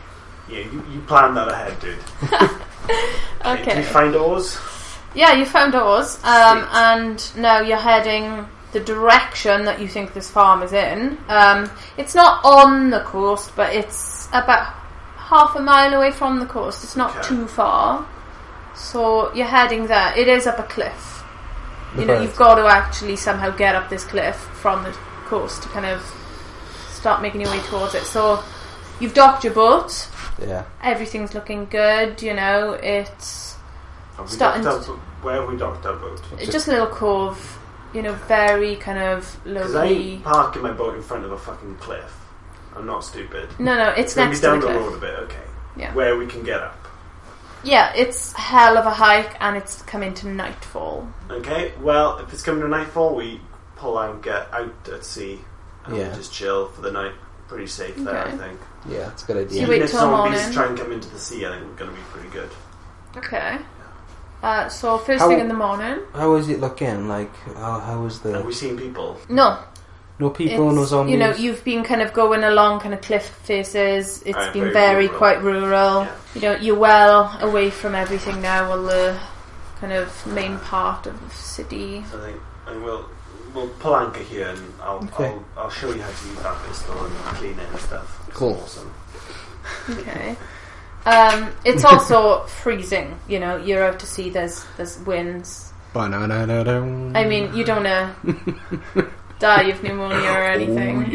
Speaker 3: Yeah, you, you plan that ahead, dude. Did
Speaker 4: Okay.
Speaker 3: you find oars?
Speaker 4: yeah, you found ours, um,
Speaker 3: Sweet.
Speaker 4: and now you're heading the direction that you think this farm is in. Um, it's not on the coast, but it's about half a mile away from the coast. It's not
Speaker 3: Okay.
Speaker 4: too far, so you're heading there. It is up a cliff. You know,
Speaker 5: Right.
Speaker 4: you've got to actually somehow get up this cliff from the coast to kind of start making your way towards it. So you've docked your boat.
Speaker 5: Yeah.
Speaker 4: everything's looking good, you know, it's
Speaker 3: Have we
Speaker 4: Starting
Speaker 3: docked our bo- where have we docked our boat?
Speaker 4: it's just a little cove, you know, very kind of
Speaker 3: Because
Speaker 4: low
Speaker 3: I
Speaker 4: key.
Speaker 3: ain't parking my boat in front of a fucking cliff. I'm not stupid.
Speaker 4: No, no, it's
Speaker 3: Maybe
Speaker 4: next to the
Speaker 3: down the,
Speaker 4: cliff.
Speaker 3: road a bit, okay.
Speaker 4: Yeah.
Speaker 3: Where we can get up.
Speaker 4: Yeah, it's hell of a hike and it's coming to nightfall.
Speaker 3: Okay, well, if it's coming to nightfall, we pull anchor out at sea and we
Speaker 5: Yeah.
Speaker 3: just chill for the night. Pretty safe there, I
Speaker 4: Okay.
Speaker 3: think.
Speaker 5: Yeah, that's a good
Speaker 4: You
Speaker 5: idea.
Speaker 4: wait
Speaker 3: Even if
Speaker 4: till
Speaker 3: zombies
Speaker 4: morning.
Speaker 3: try and come into the sea, I think we're going to be pretty good.
Speaker 4: Okay. Uh, so first
Speaker 5: How-
Speaker 4: thing in the morning.
Speaker 5: How is it looking? Like, how, how is
Speaker 3: Have we
Speaker 5: the...
Speaker 3: seen people?
Speaker 4: No,
Speaker 5: No people, no
Speaker 4: it's-
Speaker 5: zombies?
Speaker 4: you know, you've been kind of going along kind of cliff faces. It's
Speaker 3: Right,
Speaker 4: been
Speaker 3: very
Speaker 4: very
Speaker 3: rural.
Speaker 4: quite rural.
Speaker 3: Yeah.
Speaker 4: You know, you're well away from everything now on the kind of main part of the city.
Speaker 3: I think I think we'll, we'll pull anchor here and I'll,
Speaker 5: Okay.
Speaker 3: I'll, I'll show you how to use that pistol and clean it and stuff. It's
Speaker 5: Cool.
Speaker 3: Awesome.
Speaker 4: Okay. Um, it's also freezing. You know, you're out to sea. There's there's winds.
Speaker 5: Ba-na-na-na-dum.
Speaker 4: I mean, you don't wanna die of pneumonia or
Speaker 3: Oh,
Speaker 4: anything.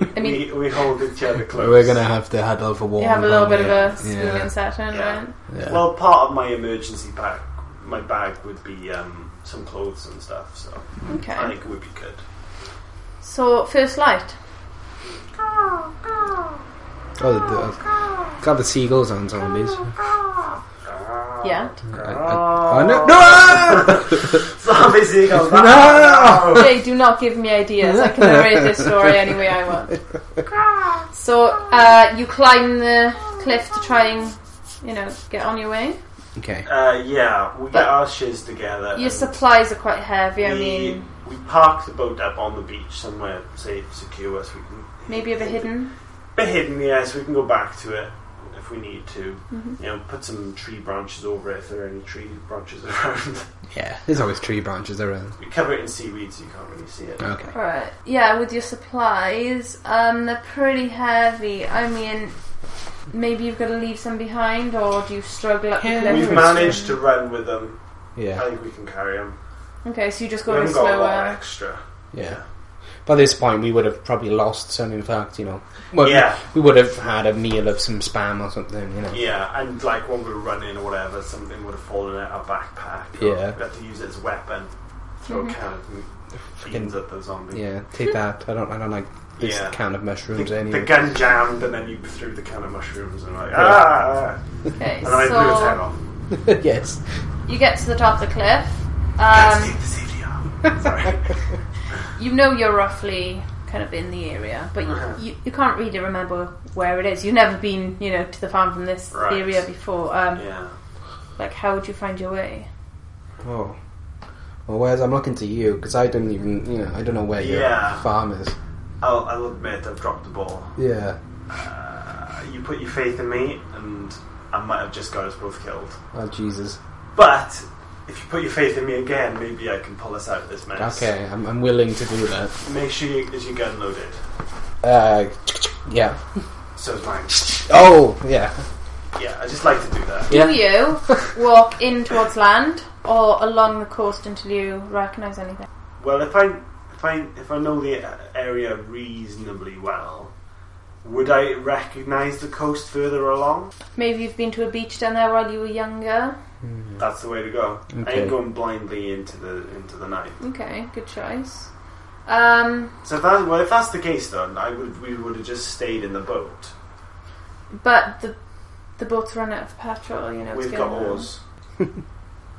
Speaker 5: yeah.
Speaker 4: I mean-
Speaker 3: we, we hold each other close.
Speaker 5: We're gonna have to head over warm.
Speaker 4: You have a little bit of a
Speaker 5: aren't we?
Speaker 4: swimming session,
Speaker 3: Yeah.
Speaker 4: right?
Speaker 5: Yeah.
Speaker 3: Well, part of my emergency pack, my bag would be um, some clothes and stuff, so I
Speaker 4: Okay.
Speaker 3: think it would be good.
Speaker 4: So first light.
Speaker 5: Oh, the, the- got the seagulls on zombies.
Speaker 4: Yeah.
Speaker 3: Ah,
Speaker 5: I, I, oh, no! No!
Speaker 3: Zombies eagle.
Speaker 5: No!
Speaker 4: They do not give me ideas. I can narrate this story any way I want. So uh, you climb the cliff to try and you know get on your way.
Speaker 5: okay.
Speaker 3: Uh, yeah, we
Speaker 4: But-
Speaker 3: get our shiz together.
Speaker 4: Your
Speaker 3: and
Speaker 4: supplies are quite heavy.
Speaker 3: we,
Speaker 4: I mean,
Speaker 3: we park the boat up on the beach somewhere safe, secure, so we can
Speaker 4: maybe a bit hidden.
Speaker 3: bit hidden, yeah, so we can go back to it if we need to.
Speaker 4: Mm-hmm.
Speaker 3: You know, put some tree branches over it if there are any tree branches around.
Speaker 5: Yeah, there's always tree branches around.
Speaker 3: we cover it in seaweed so you can't really see it.
Speaker 5: Okay.
Speaker 4: Right. Yeah, with your supplies, um, they're pretty heavy. I mean, maybe you've got to leave some behind, or do you struggle up
Speaker 5: Yeah,
Speaker 4: the cliff?
Speaker 3: We've
Speaker 4: or-
Speaker 3: managed to run with them. I
Speaker 5: Yeah,
Speaker 3: think we can carry them.
Speaker 4: Okay, so you just
Speaker 3: We
Speaker 4: go a bit
Speaker 3: haven't got a lot
Speaker 4: slower.
Speaker 3: extra.
Speaker 5: yeah. By this point, we would have probably lost some. In fact, you know, well,
Speaker 3: Yeah.
Speaker 5: we would have had a meal of some spam or something. You know,
Speaker 3: Yeah, and like when we were running or whatever, something would have fallen out of our backpack.
Speaker 5: Yeah.
Speaker 3: We had to use it as a weapon. Throw
Speaker 4: Mm-hmm.
Speaker 3: a can of beans at the zombie.
Speaker 5: yeah. Take that. I don't. I don't like this
Speaker 3: Yeah.
Speaker 5: can of
Speaker 3: The,
Speaker 5: mushrooms
Speaker 3: the
Speaker 5: anyway.
Speaker 3: gun jammed, and then you threw the can of mushrooms, and like ah,
Speaker 4: Okay,
Speaker 3: and then I blew its head
Speaker 4: so
Speaker 3: off.
Speaker 5: yes.
Speaker 4: you get to the top of the cliff.
Speaker 3: Can't
Speaker 4: Um,
Speaker 3: see the CDR. Sorry.
Speaker 4: you know you're roughly kind of in the area, but you,
Speaker 3: Uh-huh.
Speaker 4: you, you can't really remember where it is. You've never been, you know, to the farm from this
Speaker 3: Right.
Speaker 4: area before. Um,
Speaker 3: yeah.
Speaker 4: Like, how would you find your way?
Speaker 5: Oh. Well, whereas I'm looking to you because I don't even, you know, I don't know where
Speaker 3: Yeah.
Speaker 5: your farm is.
Speaker 3: I'll, I'll admit I've dropped the ball.
Speaker 5: Yeah,
Speaker 3: Uh, you put your faith in me, and I might have just got us both killed.
Speaker 5: oh Jesus.
Speaker 3: But if you put your faith in me again, maybe I can pull us out of this mess.
Speaker 5: Okay, I'm, I'm willing to do that.
Speaker 3: Make sure you, is your gun loaded.
Speaker 5: Uh, yeah.
Speaker 3: So is mine.
Speaker 5: Oh, yeah.
Speaker 3: Yeah, I just like to do that.
Speaker 5: Yeah.
Speaker 4: Do you walk in towards land or along the coast until you recognise anything?
Speaker 3: Well, if I if I if I know the area reasonably well, would I recognise the coast further along?
Speaker 4: Maybe you've been to a beach down there while you were younger.
Speaker 3: That's the way to go. I
Speaker 5: Mm. Okay.
Speaker 3: ain't going blindly into the into the night.
Speaker 4: Okay, good choice. Um,
Speaker 3: So if that well, if that's the case, then I would we would have just stayed in the boat.
Speaker 4: but the the boat's run out of petrol. You know, it's
Speaker 3: We've got
Speaker 4: going on.
Speaker 3: oars.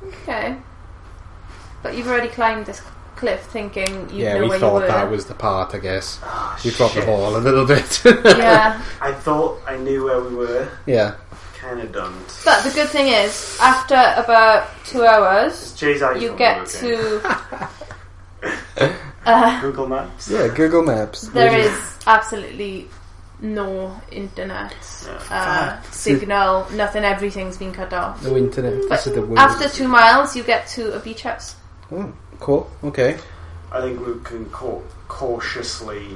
Speaker 4: Okay, but you've already climbed this cliff, thinking you
Speaker 5: yeah,
Speaker 4: know
Speaker 5: we
Speaker 4: where
Speaker 5: thought
Speaker 4: you were.
Speaker 5: that was the part, I guess.
Speaker 3: Ah,
Speaker 5: We dropped the
Speaker 3: shit.
Speaker 5: ball a little bit.
Speaker 4: yeah,
Speaker 3: I thought I knew where we were.
Speaker 5: yeah.
Speaker 3: Kind of don't.
Speaker 4: but the good thing is, after about two hours,
Speaker 3: It's Jay's iPhone.
Speaker 4: you get
Speaker 3: working.
Speaker 4: to
Speaker 3: Google Maps.
Speaker 5: Yeah, Google Maps.
Speaker 4: There
Speaker 5: Would you-
Speaker 4: is absolutely no internet uh, signal, nothing, everything's been cut off.
Speaker 5: No internet.
Speaker 4: But
Speaker 5: This is the worst.
Speaker 4: after two miles, you get to a beach house.
Speaker 5: Oh, cool. Okay.
Speaker 3: I think we can cau- cautiously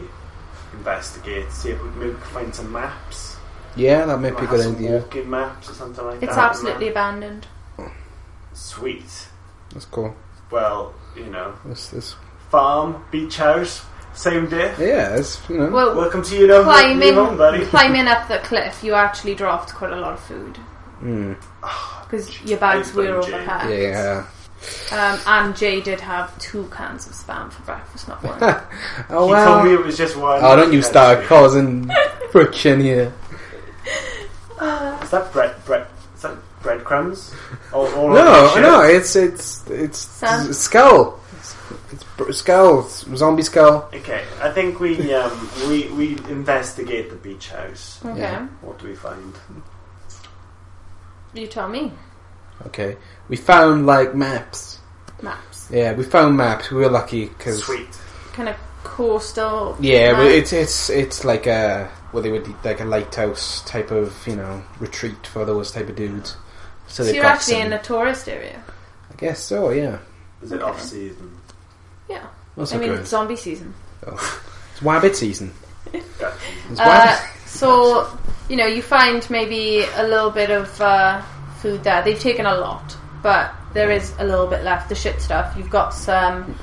Speaker 3: investigate, see if we can maybe find some maps.
Speaker 5: Yeah, that might be a
Speaker 3: Like
Speaker 5: good
Speaker 3: some
Speaker 5: idea.
Speaker 3: Walking maps or something like that.
Speaker 4: It's
Speaker 3: Map.
Speaker 4: absolutely abandoned.
Speaker 3: sweet.
Speaker 5: That's cool.
Speaker 3: Well, you know,
Speaker 5: That's, that's,
Speaker 3: farm, beach house, same day.
Speaker 5: yeah, it's, you know.
Speaker 4: Well,
Speaker 3: Welcome to your new home, new home, buddy.
Speaker 4: climbing, climbing up the cliff, you actually dropped quite a lot of food
Speaker 5: Mm,
Speaker 4: because your bags
Speaker 3: Thanks,
Speaker 4: were
Speaker 3: Jay.
Speaker 4: overpacked.
Speaker 5: yeah.
Speaker 4: Um, and Jay did have two cans of spam for breakfast, not one.
Speaker 5: Oh,
Speaker 3: He
Speaker 5: well.
Speaker 3: told me it was just one.
Speaker 5: oh, don't you
Speaker 3: That's
Speaker 5: start
Speaker 3: sweet.
Speaker 5: causing friction here.
Speaker 3: Is that bread? Bread? Is that breadcrumbs? All, all
Speaker 5: No,
Speaker 3: over the
Speaker 5: no,
Speaker 3: ship?
Speaker 5: it's it's it's
Speaker 4: Sam?
Speaker 5: skull. It's, it's skull, zombie skull.
Speaker 3: Okay, I think we um, we we investigate the beach house.
Speaker 4: Okay,
Speaker 5: Yeah.
Speaker 3: What do we find?
Speaker 4: you tell me.
Speaker 5: Okay, we found like maps.
Speaker 4: Maps,
Speaker 5: Yeah, we found maps. We were lucky because
Speaker 3: Sweet.
Speaker 4: kind of coastal.
Speaker 5: yeah,
Speaker 4: map.
Speaker 5: but it's it's it's like a well, they would like a lighthouse type of you know retreat for those type of dudes. So,
Speaker 4: so
Speaker 5: they've
Speaker 4: you're
Speaker 5: got
Speaker 4: actually
Speaker 5: some-
Speaker 4: in a tourist area.
Speaker 5: I guess so. Yeah,
Speaker 3: Is it off season?
Speaker 4: Yeah.
Speaker 5: that's
Speaker 4: I
Speaker 5: not
Speaker 4: mean,
Speaker 5: good.
Speaker 4: it's zombie season.
Speaker 5: It's wabbit season.
Speaker 3: Gotcha.
Speaker 5: It's
Speaker 4: Uh,
Speaker 5: wabbit.
Speaker 4: so, you know, you find maybe a little bit of uh, food there. They've taken a lot, but there is a little bit left. The shit stuff. You've got some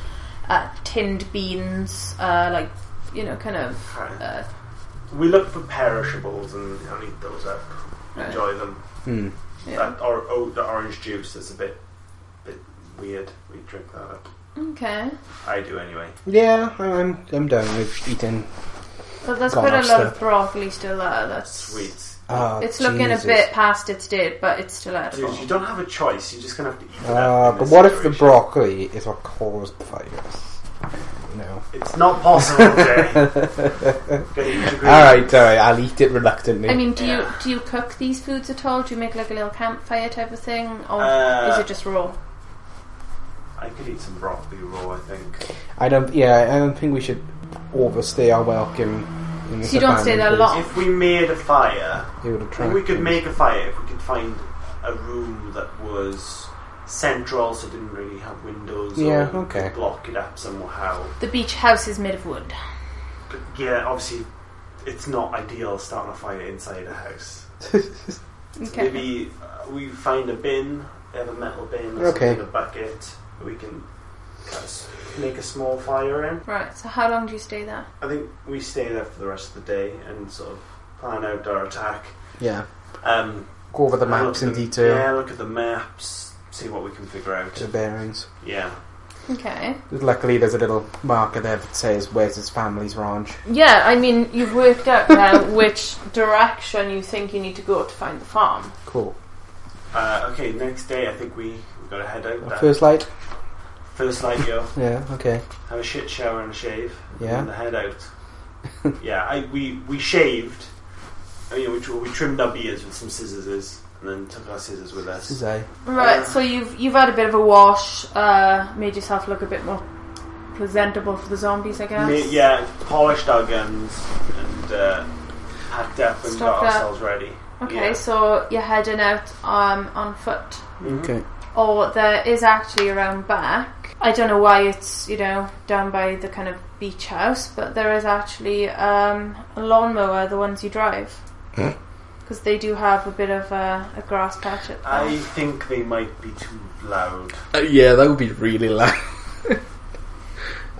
Speaker 4: uh, tinned beans, uh, like, you know, kind of.
Speaker 3: Alright.
Speaker 4: Uh,
Speaker 3: We look for perishables and, and eat those up. Enjoy them.
Speaker 5: Hmm.
Speaker 4: yeah.
Speaker 3: That or oh, the orange juice is a bit bit weird. We drink that up.
Speaker 4: Okay.
Speaker 3: I do anyway.
Speaker 5: Yeah, I- I'm I'm done with eating.
Speaker 4: Well, there's
Speaker 5: Gone
Speaker 4: quite a
Speaker 5: off
Speaker 4: lot
Speaker 5: step.
Speaker 4: of broccoli still there. That's
Speaker 3: Sweet.
Speaker 5: Oh,
Speaker 4: It's looking
Speaker 5: Jesus.
Speaker 4: a bit past its date, but it's still edible.
Speaker 3: Dude, you don't have a choice. You're just gonna have to eat it
Speaker 5: Uh,
Speaker 3: up. in
Speaker 5: but
Speaker 3: this
Speaker 5: what if the
Speaker 3: situation.
Speaker 5: broccoli is what caused the virus? No.
Speaker 3: It's not possible, Jay. Okay, you agree.
Speaker 5: All right, all right. I'll eat it reluctantly.
Speaker 4: I mean, do
Speaker 3: Yeah.
Speaker 4: you do you cook these foods at all? Do you make like a little campfire type of thing, or
Speaker 3: Uh,
Speaker 4: is it just raw?
Speaker 3: I could eat some broccoli raw. I think.
Speaker 5: I don't. Yeah, I don't think we should overstay our welcome And it's
Speaker 4: So you don't stay
Speaker 5: abandoned
Speaker 4: there
Speaker 5: place.
Speaker 4: long?
Speaker 3: If we made a fire,
Speaker 5: It would attract.
Speaker 3: Like we could
Speaker 5: them.
Speaker 3: make a fire if we could find a room that was central, so didn't really have windows.
Speaker 5: Yeah,
Speaker 3: or we
Speaker 5: okay.
Speaker 3: could block it up somehow.
Speaker 4: The beach house is made of wood.
Speaker 3: But yeah, obviously, it's not ideal starting a fire inside a house.
Speaker 4: Okay.
Speaker 3: Maybe uh, we find a bin. They have a metal bin. Or
Speaker 5: Okay.
Speaker 3: something, A bucket. that We can cut a s- make a small fire in.
Speaker 4: Right, so how long do you stay there?
Speaker 3: I think we stay there for the rest of the day and sort of plan out our attack.
Speaker 5: Yeah.
Speaker 3: Um,
Speaker 5: Go over the
Speaker 3: look
Speaker 5: maps
Speaker 3: at
Speaker 5: in
Speaker 3: the-
Speaker 5: detail.
Speaker 3: Yeah, look at the maps. See what we can figure out.
Speaker 5: The bearings.
Speaker 3: Yeah.
Speaker 4: Okay.
Speaker 5: Luckily, there's a little marker there that says where's his family's ranch.
Speaker 4: Yeah, I mean, you've worked out now which direction you think you need to go to find the farm.
Speaker 5: Cool.
Speaker 3: Uh, okay, next day I think we we gotta head out. That first,
Speaker 5: First light.
Speaker 3: light, yo,
Speaker 5: Yeah. Okay.
Speaker 3: have a shit shower and a shave.
Speaker 5: Yeah.
Speaker 3: and then head out. yeah, I we we shaved. I mean, we, tr- we trimmed our beards with some scissors and then took our scissors with
Speaker 5: This is
Speaker 3: us.
Speaker 5: a
Speaker 4: Right, so you've you've had a bit of a wash, uh, made yourself look a bit more presentable for the zombies, I guess.
Speaker 3: Me- yeah, polished our guns and uh, packed up and
Speaker 4: Stocked
Speaker 3: got
Speaker 4: up.
Speaker 3: ourselves ready.
Speaker 4: Okay,
Speaker 3: Yeah.
Speaker 4: so you're heading out um, on foot,
Speaker 3: Mhm.
Speaker 5: okay.
Speaker 4: or there is actually around back. I don't know why it's you know down by the kind of beach house, but there is actually um, a lawnmower, the ones you drive, because they do have a bit of a, a grass patch at the
Speaker 3: I think they might be too loud.
Speaker 5: Uh, yeah, that would be really loud.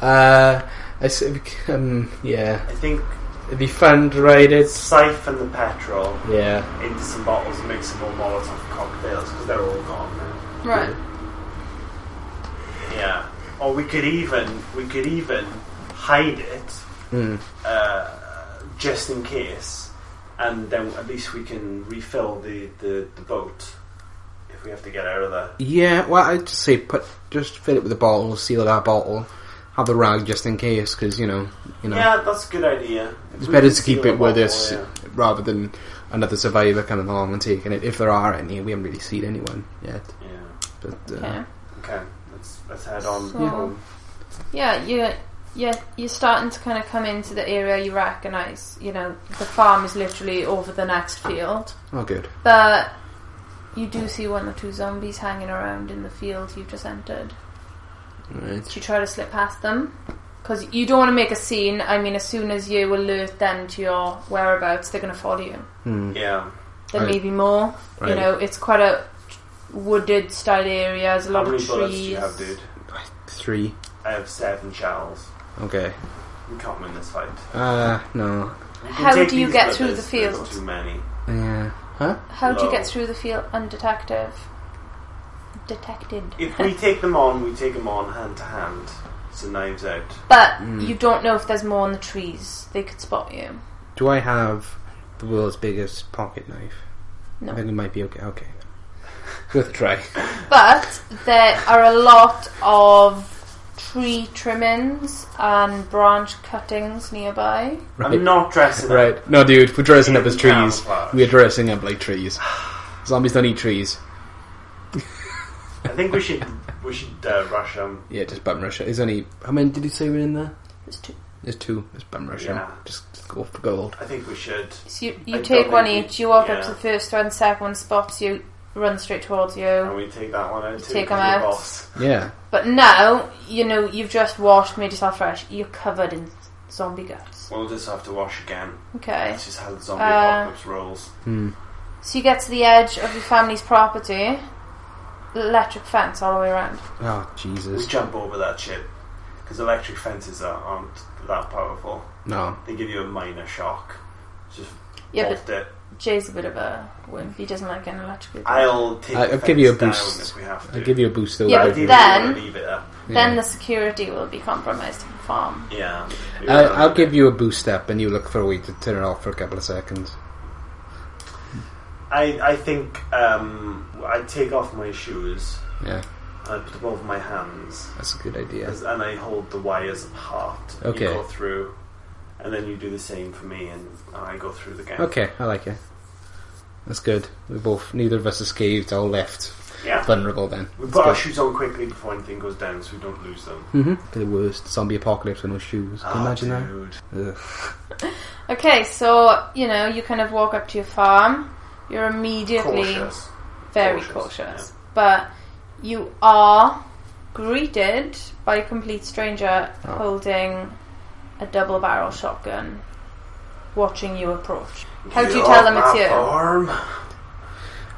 Speaker 5: uh, I s- um, yeah,
Speaker 3: I think
Speaker 5: it'd be fun to ride it.
Speaker 3: siphon the petrol
Speaker 5: Yeah,
Speaker 3: into some bottles and make some more Molotov cocktails because they're all gone now.
Speaker 4: Right.
Speaker 3: Yeah. Or we could even we could even hide it
Speaker 5: mm.
Speaker 3: uh, just in case, and then at least we can refill the, the, the boat if we have to get out of there.
Speaker 5: yeah. Well, I'd just say put just fill it with a bottle, seal that bottle, have the rag just in case, because you know, you know,
Speaker 3: Yeah, that's a good idea.
Speaker 5: it's
Speaker 3: We
Speaker 5: better
Speaker 3: can
Speaker 5: to keep
Speaker 3: seal
Speaker 5: it
Speaker 3: the
Speaker 5: with
Speaker 3: bottle,
Speaker 5: us
Speaker 3: yeah.
Speaker 5: rather than another survivor coming along and taking it. If there are any, we haven't really seen anyone yet.
Speaker 3: Yeah.
Speaker 5: But uh,
Speaker 4: Okay.
Speaker 3: Okay. Let's let's head on.
Speaker 4: So-
Speaker 3: home.
Speaker 4: Yeah, you yeah, you're starting to kind of come into the area you recognise. You know, the farm is literally over the next field,
Speaker 5: oh, good.
Speaker 4: but you do see one or two zombies hanging around in the field you've just entered.
Speaker 5: All right.
Speaker 4: Do you try to slip past them? Because you don't want to make a scene. I mean, as soon as you alert them to your whereabouts, they're going to follow you.
Speaker 5: Hmm.
Speaker 3: Yeah.
Speaker 4: There may
Speaker 5: Right.
Speaker 4: be more. You
Speaker 5: Right.
Speaker 4: know, it's quite a wooded style area. There's a
Speaker 3: How
Speaker 4: lot
Speaker 3: many
Speaker 4: of
Speaker 3: bullets do
Speaker 4: trees.
Speaker 3: you have, dude?
Speaker 5: Three.
Speaker 3: I have seven shells.
Speaker 5: Okay.
Speaker 3: We can't win this fight.
Speaker 5: Uh, no.
Speaker 3: We can
Speaker 4: How
Speaker 3: take
Speaker 4: do you
Speaker 3: these,
Speaker 4: get
Speaker 3: but
Speaker 4: through the
Speaker 3: there's- there's
Speaker 4: field?
Speaker 3: Too many.
Speaker 5: Yeah. Huh?
Speaker 4: How do you
Speaker 3: Low.
Speaker 4: get through the field undetected? Detected.
Speaker 3: If we take them on, we take them on hand to hand. So knives out.
Speaker 4: But
Speaker 5: Mm.
Speaker 4: you don't know if there's more in the trees. They could spot you.
Speaker 5: Do I have the world's biggest pocket knife? I
Speaker 4: No.
Speaker 5: think it might be okay. Okay. Worth a try.
Speaker 4: But there are a lot of tree trimmings and branch cuttings nearby.
Speaker 5: Right.
Speaker 3: I'm not dressing up.
Speaker 5: right. No, dude, we're dressing up
Speaker 3: In
Speaker 5: as trees.
Speaker 3: camouflage.
Speaker 5: We're dressing up like trees. Zombies don't eat trees.
Speaker 3: I think we should we should uh, rush them.
Speaker 5: Yeah, just bum rush it. There's only. How many did you say were in there?
Speaker 4: There's two.
Speaker 5: There's two. Just bum rush 'em.
Speaker 3: Yeah.
Speaker 5: Just, just go for gold.
Speaker 3: I think we should.
Speaker 4: So you,
Speaker 3: I
Speaker 4: you take
Speaker 3: don't
Speaker 4: one
Speaker 3: think we-
Speaker 4: each, you walk up
Speaker 3: yeah.
Speaker 4: to the first one, second one spots you, runs straight towards
Speaker 3: And
Speaker 4: you.
Speaker 3: we take that one out too.
Speaker 4: Take
Speaker 3: 'cause
Speaker 4: 'em
Speaker 3: we're
Speaker 4: out.
Speaker 3: boss.
Speaker 5: Yeah.
Speaker 4: But now, you know, you've just washed, made yourself fresh. You're covered in zombie guts.
Speaker 3: We'll just have to wash again.
Speaker 4: Okay.
Speaker 3: That's just how the zombie
Speaker 4: Uh,
Speaker 3: apocalypse rolls.
Speaker 5: Hmm.
Speaker 4: So you get to the edge of your family's property. Electric fence all the way around.
Speaker 5: Oh
Speaker 3: We
Speaker 5: Jesus.
Speaker 3: jump over that shit because electric fences are, aren't that powerful.
Speaker 5: No.
Speaker 3: They give you a minor shock. Just
Speaker 4: Yeah,
Speaker 3: bolt it.
Speaker 4: but Jay's a bit of a wimp. He doesn't like an electric.
Speaker 3: I'll take.
Speaker 5: I-
Speaker 3: the
Speaker 5: I'll
Speaker 3: fence
Speaker 5: give you a
Speaker 3: down
Speaker 5: boost.
Speaker 3: if we have to.
Speaker 5: I'll give you a boost though.
Speaker 4: Yeah,
Speaker 5: right?
Speaker 4: but
Speaker 3: Ideally, we
Speaker 4: then-
Speaker 3: wanna leave it up.
Speaker 4: Then the security will be compromised in the farm.
Speaker 3: Yeah. We
Speaker 5: I,
Speaker 3: wanna
Speaker 5: I'll
Speaker 3: leave it.
Speaker 5: give you a boost step, and you look for a way to turn it off for a couple of seconds.
Speaker 3: I I think um, I take off my shoes.
Speaker 5: Yeah,
Speaker 3: I put them over my hands.
Speaker 5: that's a good idea.
Speaker 3: As- And I hold the wires apart.
Speaker 5: Okay.
Speaker 3: You go through, and then you do the same for me, and I go through the gap.
Speaker 5: Okay, I like it. That's good. We both, neither of us escaped or left
Speaker 3: Yeah.
Speaker 5: vulnerable. Then
Speaker 3: we
Speaker 5: That's
Speaker 3: put our
Speaker 5: good.
Speaker 3: shoes on quickly before anything goes down, so we don't lose them.
Speaker 5: Mm-hmm. Mhm. The worst zombie apocalypse with no shoes. Can you
Speaker 3: Oh,
Speaker 5: imagine
Speaker 3: dude.
Speaker 5: that? Ugh.
Speaker 4: Okay, so you know you kind of walk up to your farm. You're immediately
Speaker 3: Cautious.
Speaker 4: very
Speaker 3: Cautious,
Speaker 4: cautious, but you are greeted by a complete stranger
Speaker 3: Ah.
Speaker 5: Oh.
Speaker 4: holding a double-barrel shotgun, watching you approach. How do you
Speaker 3: Get
Speaker 4: tell
Speaker 3: off
Speaker 4: them it's
Speaker 3: my
Speaker 4: you?
Speaker 3: farm.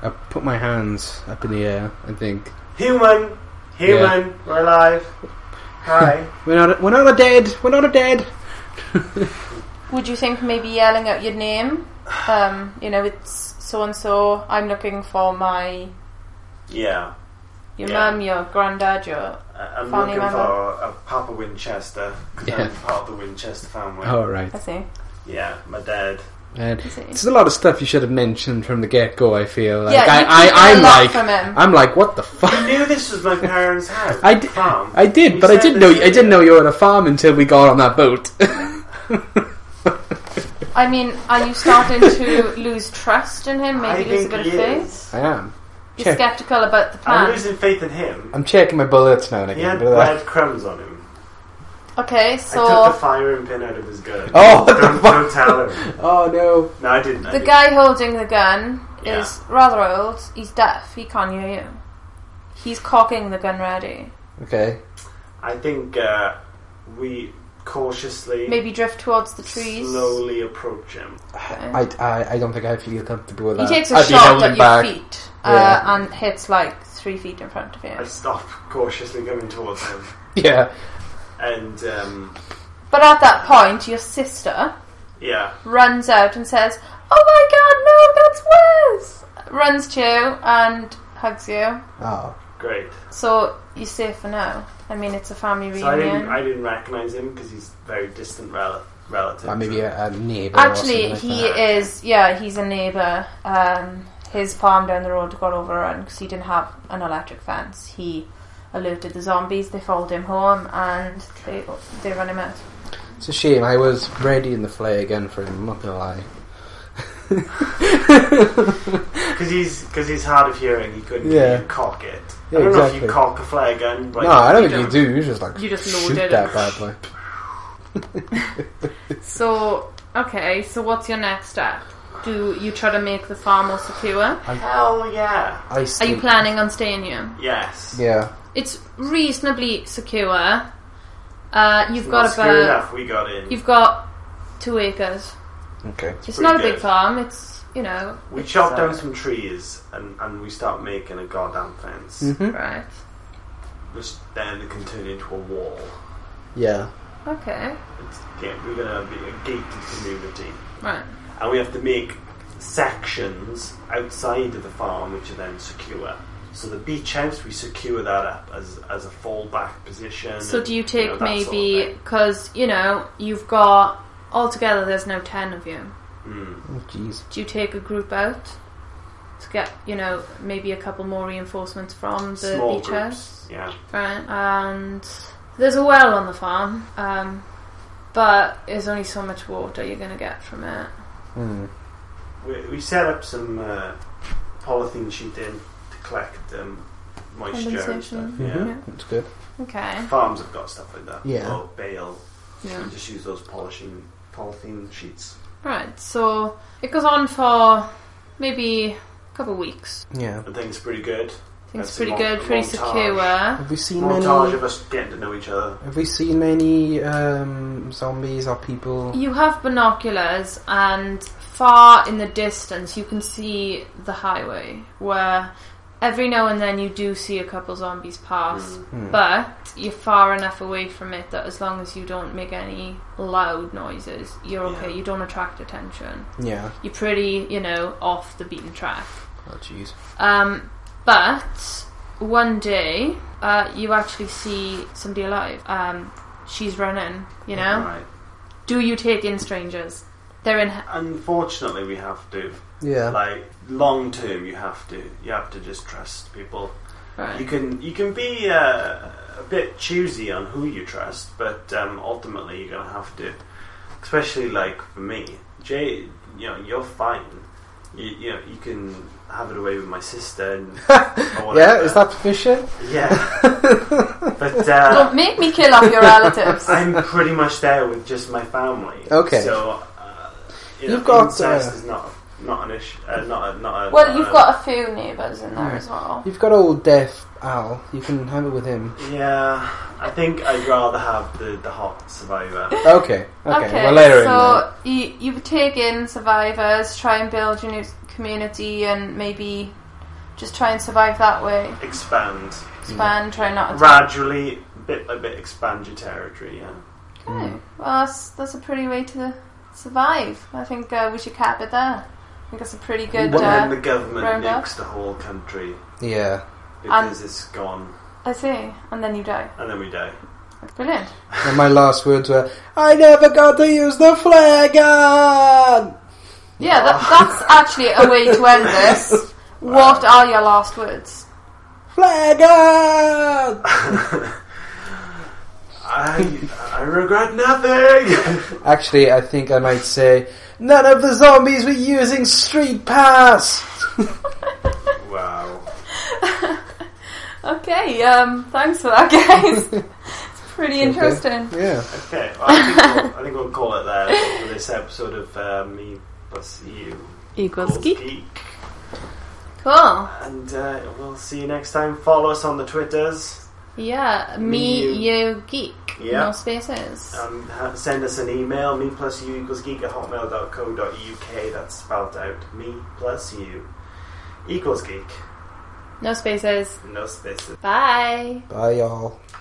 Speaker 5: I put my hands up in the air and think,
Speaker 3: Human, human, we're alive. Hi.
Speaker 5: we're not, we're not a dead, we're not a dead.
Speaker 4: Would you think maybe yelling out your name? Um, you know, it's so and so. I'm looking for my
Speaker 3: yeah,
Speaker 4: your
Speaker 3: Yeah.
Speaker 4: mum, your granddad, your
Speaker 3: I- I'm
Speaker 4: Family
Speaker 3: looking
Speaker 4: member.
Speaker 3: for a Papa Winchester 'cause
Speaker 5: Yeah. Oh.
Speaker 3: I'm part of the Winchester family.
Speaker 5: All right.
Speaker 4: I see.
Speaker 3: Yeah, my dad.
Speaker 5: And
Speaker 4: I see.
Speaker 5: there's a lot of stuff you should have mentioned from the get go. I feel like
Speaker 4: Yeah, you
Speaker 5: I,
Speaker 4: keep
Speaker 5: I,
Speaker 4: a
Speaker 5: I'm
Speaker 4: lot
Speaker 5: like,
Speaker 4: from him.
Speaker 5: I'm like, what the fuck?
Speaker 3: I knew this was my parents' house.
Speaker 5: I did,
Speaker 3: farm.
Speaker 5: I did,
Speaker 3: You
Speaker 5: but I
Speaker 3: said
Speaker 5: didn't know.
Speaker 3: this
Speaker 5: I didn't know you were on a farm until we got on that boat.
Speaker 4: I mean, are you starting to lose trust in him?
Speaker 3: I
Speaker 4: Maybe lose a
Speaker 3: think
Speaker 4: bit of
Speaker 3: he
Speaker 4: faith.
Speaker 3: is.
Speaker 5: I am.
Speaker 4: You're
Speaker 5: Check.
Speaker 4: skeptical about the
Speaker 3: I'm
Speaker 4: plan.
Speaker 3: losing faith in him.
Speaker 5: I'm checking my bullets now and
Speaker 3: He
Speaker 5: again.
Speaker 3: had
Speaker 5: bit of that.
Speaker 3: bread crumbs on him.
Speaker 4: Okay,
Speaker 3: I took
Speaker 4: so
Speaker 3: the firing pin out of his gun.
Speaker 5: Oh, what the
Speaker 3: don't,
Speaker 5: fuck?
Speaker 3: don't tell him.
Speaker 5: Oh no!
Speaker 3: No, I didn't. I
Speaker 4: the
Speaker 3: didn't.
Speaker 4: guy holding the gun
Speaker 3: Yeah.
Speaker 4: is rather old. He's deaf. He can't hear you. He's cocking the gun ready.
Speaker 5: Okay.
Speaker 3: I think uh, we cautiously,
Speaker 4: Maybe drift towards the trees.
Speaker 3: slowly approach him.
Speaker 5: I, I, I don't think I feel comfortable with
Speaker 4: He
Speaker 5: that.
Speaker 4: takes a
Speaker 5: I'd be
Speaker 4: shot
Speaker 5: holding
Speaker 4: at
Speaker 5: back.
Speaker 4: your feet uh,
Speaker 5: Yeah.
Speaker 4: and hits like three feet in front of you.
Speaker 3: I stop cautiously coming towards him,
Speaker 5: Yeah.
Speaker 3: and um,
Speaker 4: But at that point, your sister
Speaker 3: yeah,
Speaker 4: runs out and says, "Oh my god, no, that's Wes!" Runs to you and hugs you.
Speaker 5: Oh.
Speaker 3: great.
Speaker 4: So you're safe for now. I mean, it's a family reunion.
Speaker 3: So I didn't, I didn't recognize him because he's very distant rel- relative.
Speaker 5: Or maybe a, a neighbour.
Speaker 4: Actually,
Speaker 5: or something
Speaker 4: he
Speaker 5: like that.
Speaker 4: is. Yeah, he's a neighbour. Um, his farm down the road got overrun because he didn't have an electric fence. He alerted the zombies. They followed him home and they they run him out.
Speaker 5: It's a shame. I was ready in the fray again for him. I'm not gonna lie.
Speaker 3: because he's because he's hard of hearing. He couldn't
Speaker 5: Yeah.
Speaker 3: you cock it.
Speaker 5: Yeah,
Speaker 3: I don't know if
Speaker 5: exactly.
Speaker 3: you cock a flare gun. But
Speaker 5: no, I don't
Speaker 4: you
Speaker 5: think you do. You just like
Speaker 4: you just
Speaker 5: shoot
Speaker 4: load it
Speaker 5: that
Speaker 4: and-
Speaker 5: bad boy.
Speaker 4: So okay, so what's your next step? Do you try to make the farm more secure?
Speaker 3: Hell yeah,
Speaker 5: I
Speaker 4: Are
Speaker 5: sleep.
Speaker 4: you planning on staying here?
Speaker 3: yes.
Speaker 5: Yeah.
Speaker 4: It's reasonably secure. Uh, you've
Speaker 3: Not
Speaker 4: got
Speaker 3: screw
Speaker 4: about
Speaker 3: enough. We got in.
Speaker 4: you've got two acres.
Speaker 5: Okay.
Speaker 4: It's
Speaker 3: pretty
Speaker 4: not a big
Speaker 3: good.
Speaker 4: farm. It's you know.
Speaker 3: we
Speaker 4: it's,
Speaker 3: chop
Speaker 4: uh,
Speaker 3: down some trees and, and we start making a goddamn fence,
Speaker 5: Mm-hmm.
Speaker 4: uh, Right.
Speaker 3: which then can turn into a wall.
Speaker 5: Yeah.
Speaker 4: Okay.
Speaker 3: It's, yeah, we're gonna be a gated community,
Speaker 4: Right.
Speaker 3: and we have to make sections outside of the farm, which are then secure. So the beach house, we secure that up as as a fallback position.
Speaker 4: So
Speaker 3: and,
Speaker 4: do you
Speaker 3: know,
Speaker 4: take
Speaker 3: that sort of
Speaker 4: maybe
Speaker 3: thing.
Speaker 4: because you know you've got altogether there's now ten of you.
Speaker 3: Mm.
Speaker 5: Oh jeez.
Speaker 4: Do you take a group out to get you know maybe a couple more reinforcements from the
Speaker 3: small
Speaker 4: beach
Speaker 3: groups?
Speaker 4: house?
Speaker 3: Yeah.
Speaker 4: Right, and there's a well on the farm, um, but there's only so much water you're going to get from it.
Speaker 5: Hmm.
Speaker 3: We, we set up some uh, polythene sheeting to collect um, moisture and stuff.
Speaker 4: Condensation.
Speaker 3: Yeah.
Speaker 5: Mhm. That's good.
Speaker 4: Okay.
Speaker 3: Farms have got stuff like that.
Speaker 5: Yeah.
Speaker 3: Or bale.
Speaker 4: Yeah.
Speaker 3: You just use those polishing polythene sheets.
Speaker 4: Right, so it goes on for maybe a couple of weeks.
Speaker 5: Yeah.
Speaker 3: I think it's pretty good.
Speaker 4: I think
Speaker 3: That's
Speaker 4: it's
Speaker 3: a
Speaker 4: pretty
Speaker 3: mon-
Speaker 4: good,
Speaker 3: a
Speaker 4: pretty
Speaker 3: montage.
Speaker 4: secure.
Speaker 5: Have we seen
Speaker 3: Montage
Speaker 5: many?
Speaker 3: of us getting to know each other.
Speaker 5: Have we seen many um, zombies or people?
Speaker 4: You have binoculars, and far in the distance, you can see the highway where every now and then you do see a couple zombies pass.
Speaker 3: Mm.
Speaker 5: Hmm.
Speaker 4: But you're far enough away from it that as long as you don't make any loud noises, you're okay.
Speaker 3: Yeah.
Speaker 4: You don't attract attention.
Speaker 5: Yeah.
Speaker 4: You're pretty, you know, off the beaten track.
Speaker 5: Oh jeez.
Speaker 4: Um, but one day, uh, you actually see somebody alive. Um, she's running, you know?
Speaker 3: Right.
Speaker 4: Do you take in strangers? They're in.
Speaker 3: Unfortunately, we have to.
Speaker 5: Yeah.
Speaker 3: Like long term, you have to. You have to just trust people. You
Speaker 4: Right.
Speaker 3: can you can be uh, a bit choosy on who you trust, but um, ultimately you're gonna have to. Especially like for me, Jay, you know you're fine. You, you know you can have it away with my sister. And, or
Speaker 5: Yeah.
Speaker 3: whatever.
Speaker 5: Is that permission?
Speaker 3: yeah? but
Speaker 4: Don't
Speaker 3: uh,
Speaker 4: make me kill off your relatives.
Speaker 3: I'm pretty much there with just my family.
Speaker 5: Okay.
Speaker 3: So uh, you know,
Speaker 5: You've got,
Speaker 3: incest
Speaker 5: uh,
Speaker 3: is not not an issue. Uh, not a, not a,
Speaker 4: Well,
Speaker 3: not
Speaker 4: you've
Speaker 3: a-
Speaker 4: got a few neighbours in there as well.
Speaker 5: You've got old deaf Al. You can have it with him.
Speaker 3: Yeah, I think I'd rather have the the hot survivor.
Speaker 5: Okay. Okay.
Speaker 4: Okay,
Speaker 5: well, later in.
Speaker 4: so you, you take in survivors, try and build your new community, and maybe just try and survive that way.
Speaker 3: Expand
Speaker 4: Expand, try not to.
Speaker 3: gradually, bit by bit, expand your territory. Yeah.
Speaker 4: Okay. Well, that's, that's a pretty way to survive. I think uh, we should cap it there. I think that's a pretty
Speaker 3: And
Speaker 4: good.
Speaker 3: then the
Speaker 4: Uh,
Speaker 3: government
Speaker 4: round up.
Speaker 3: nukes the whole country
Speaker 5: Yeah.
Speaker 3: because it's gone,
Speaker 4: I see. And then you die.
Speaker 3: and then we die.
Speaker 4: Brilliant.
Speaker 5: And my last words were, "I never got to use the flare gun."
Speaker 4: Yeah, that, that's actually a way to end this. What are your last words?
Speaker 5: Flare gun.
Speaker 3: I I regret nothing.
Speaker 5: Actually, I think I might say, "None of the zombies were using street pass."
Speaker 3: wow.
Speaker 4: Okay, um, thanks for that, guys. it's pretty interesting.
Speaker 5: Yeah.
Speaker 3: Okay, well, I, think we'll, I think we'll call it there for this episode of uh, me plus you
Speaker 4: Equals
Speaker 3: equals
Speaker 4: geek.
Speaker 3: geek.
Speaker 4: Cool.
Speaker 3: And uh, we'll see you next time. Follow us on the Twitters.
Speaker 4: Yeah,
Speaker 3: Me,
Speaker 4: me, you, Uh, geek.
Speaker 3: Yeah.
Speaker 4: No spaces.
Speaker 3: Um, ha- send us an email, me plus you equals geek at hotmail.co.uk. That's spelled out. Me plus you equals geek.
Speaker 4: No spaces.
Speaker 3: No spaces.
Speaker 4: Bye.
Speaker 5: Bye, y'all.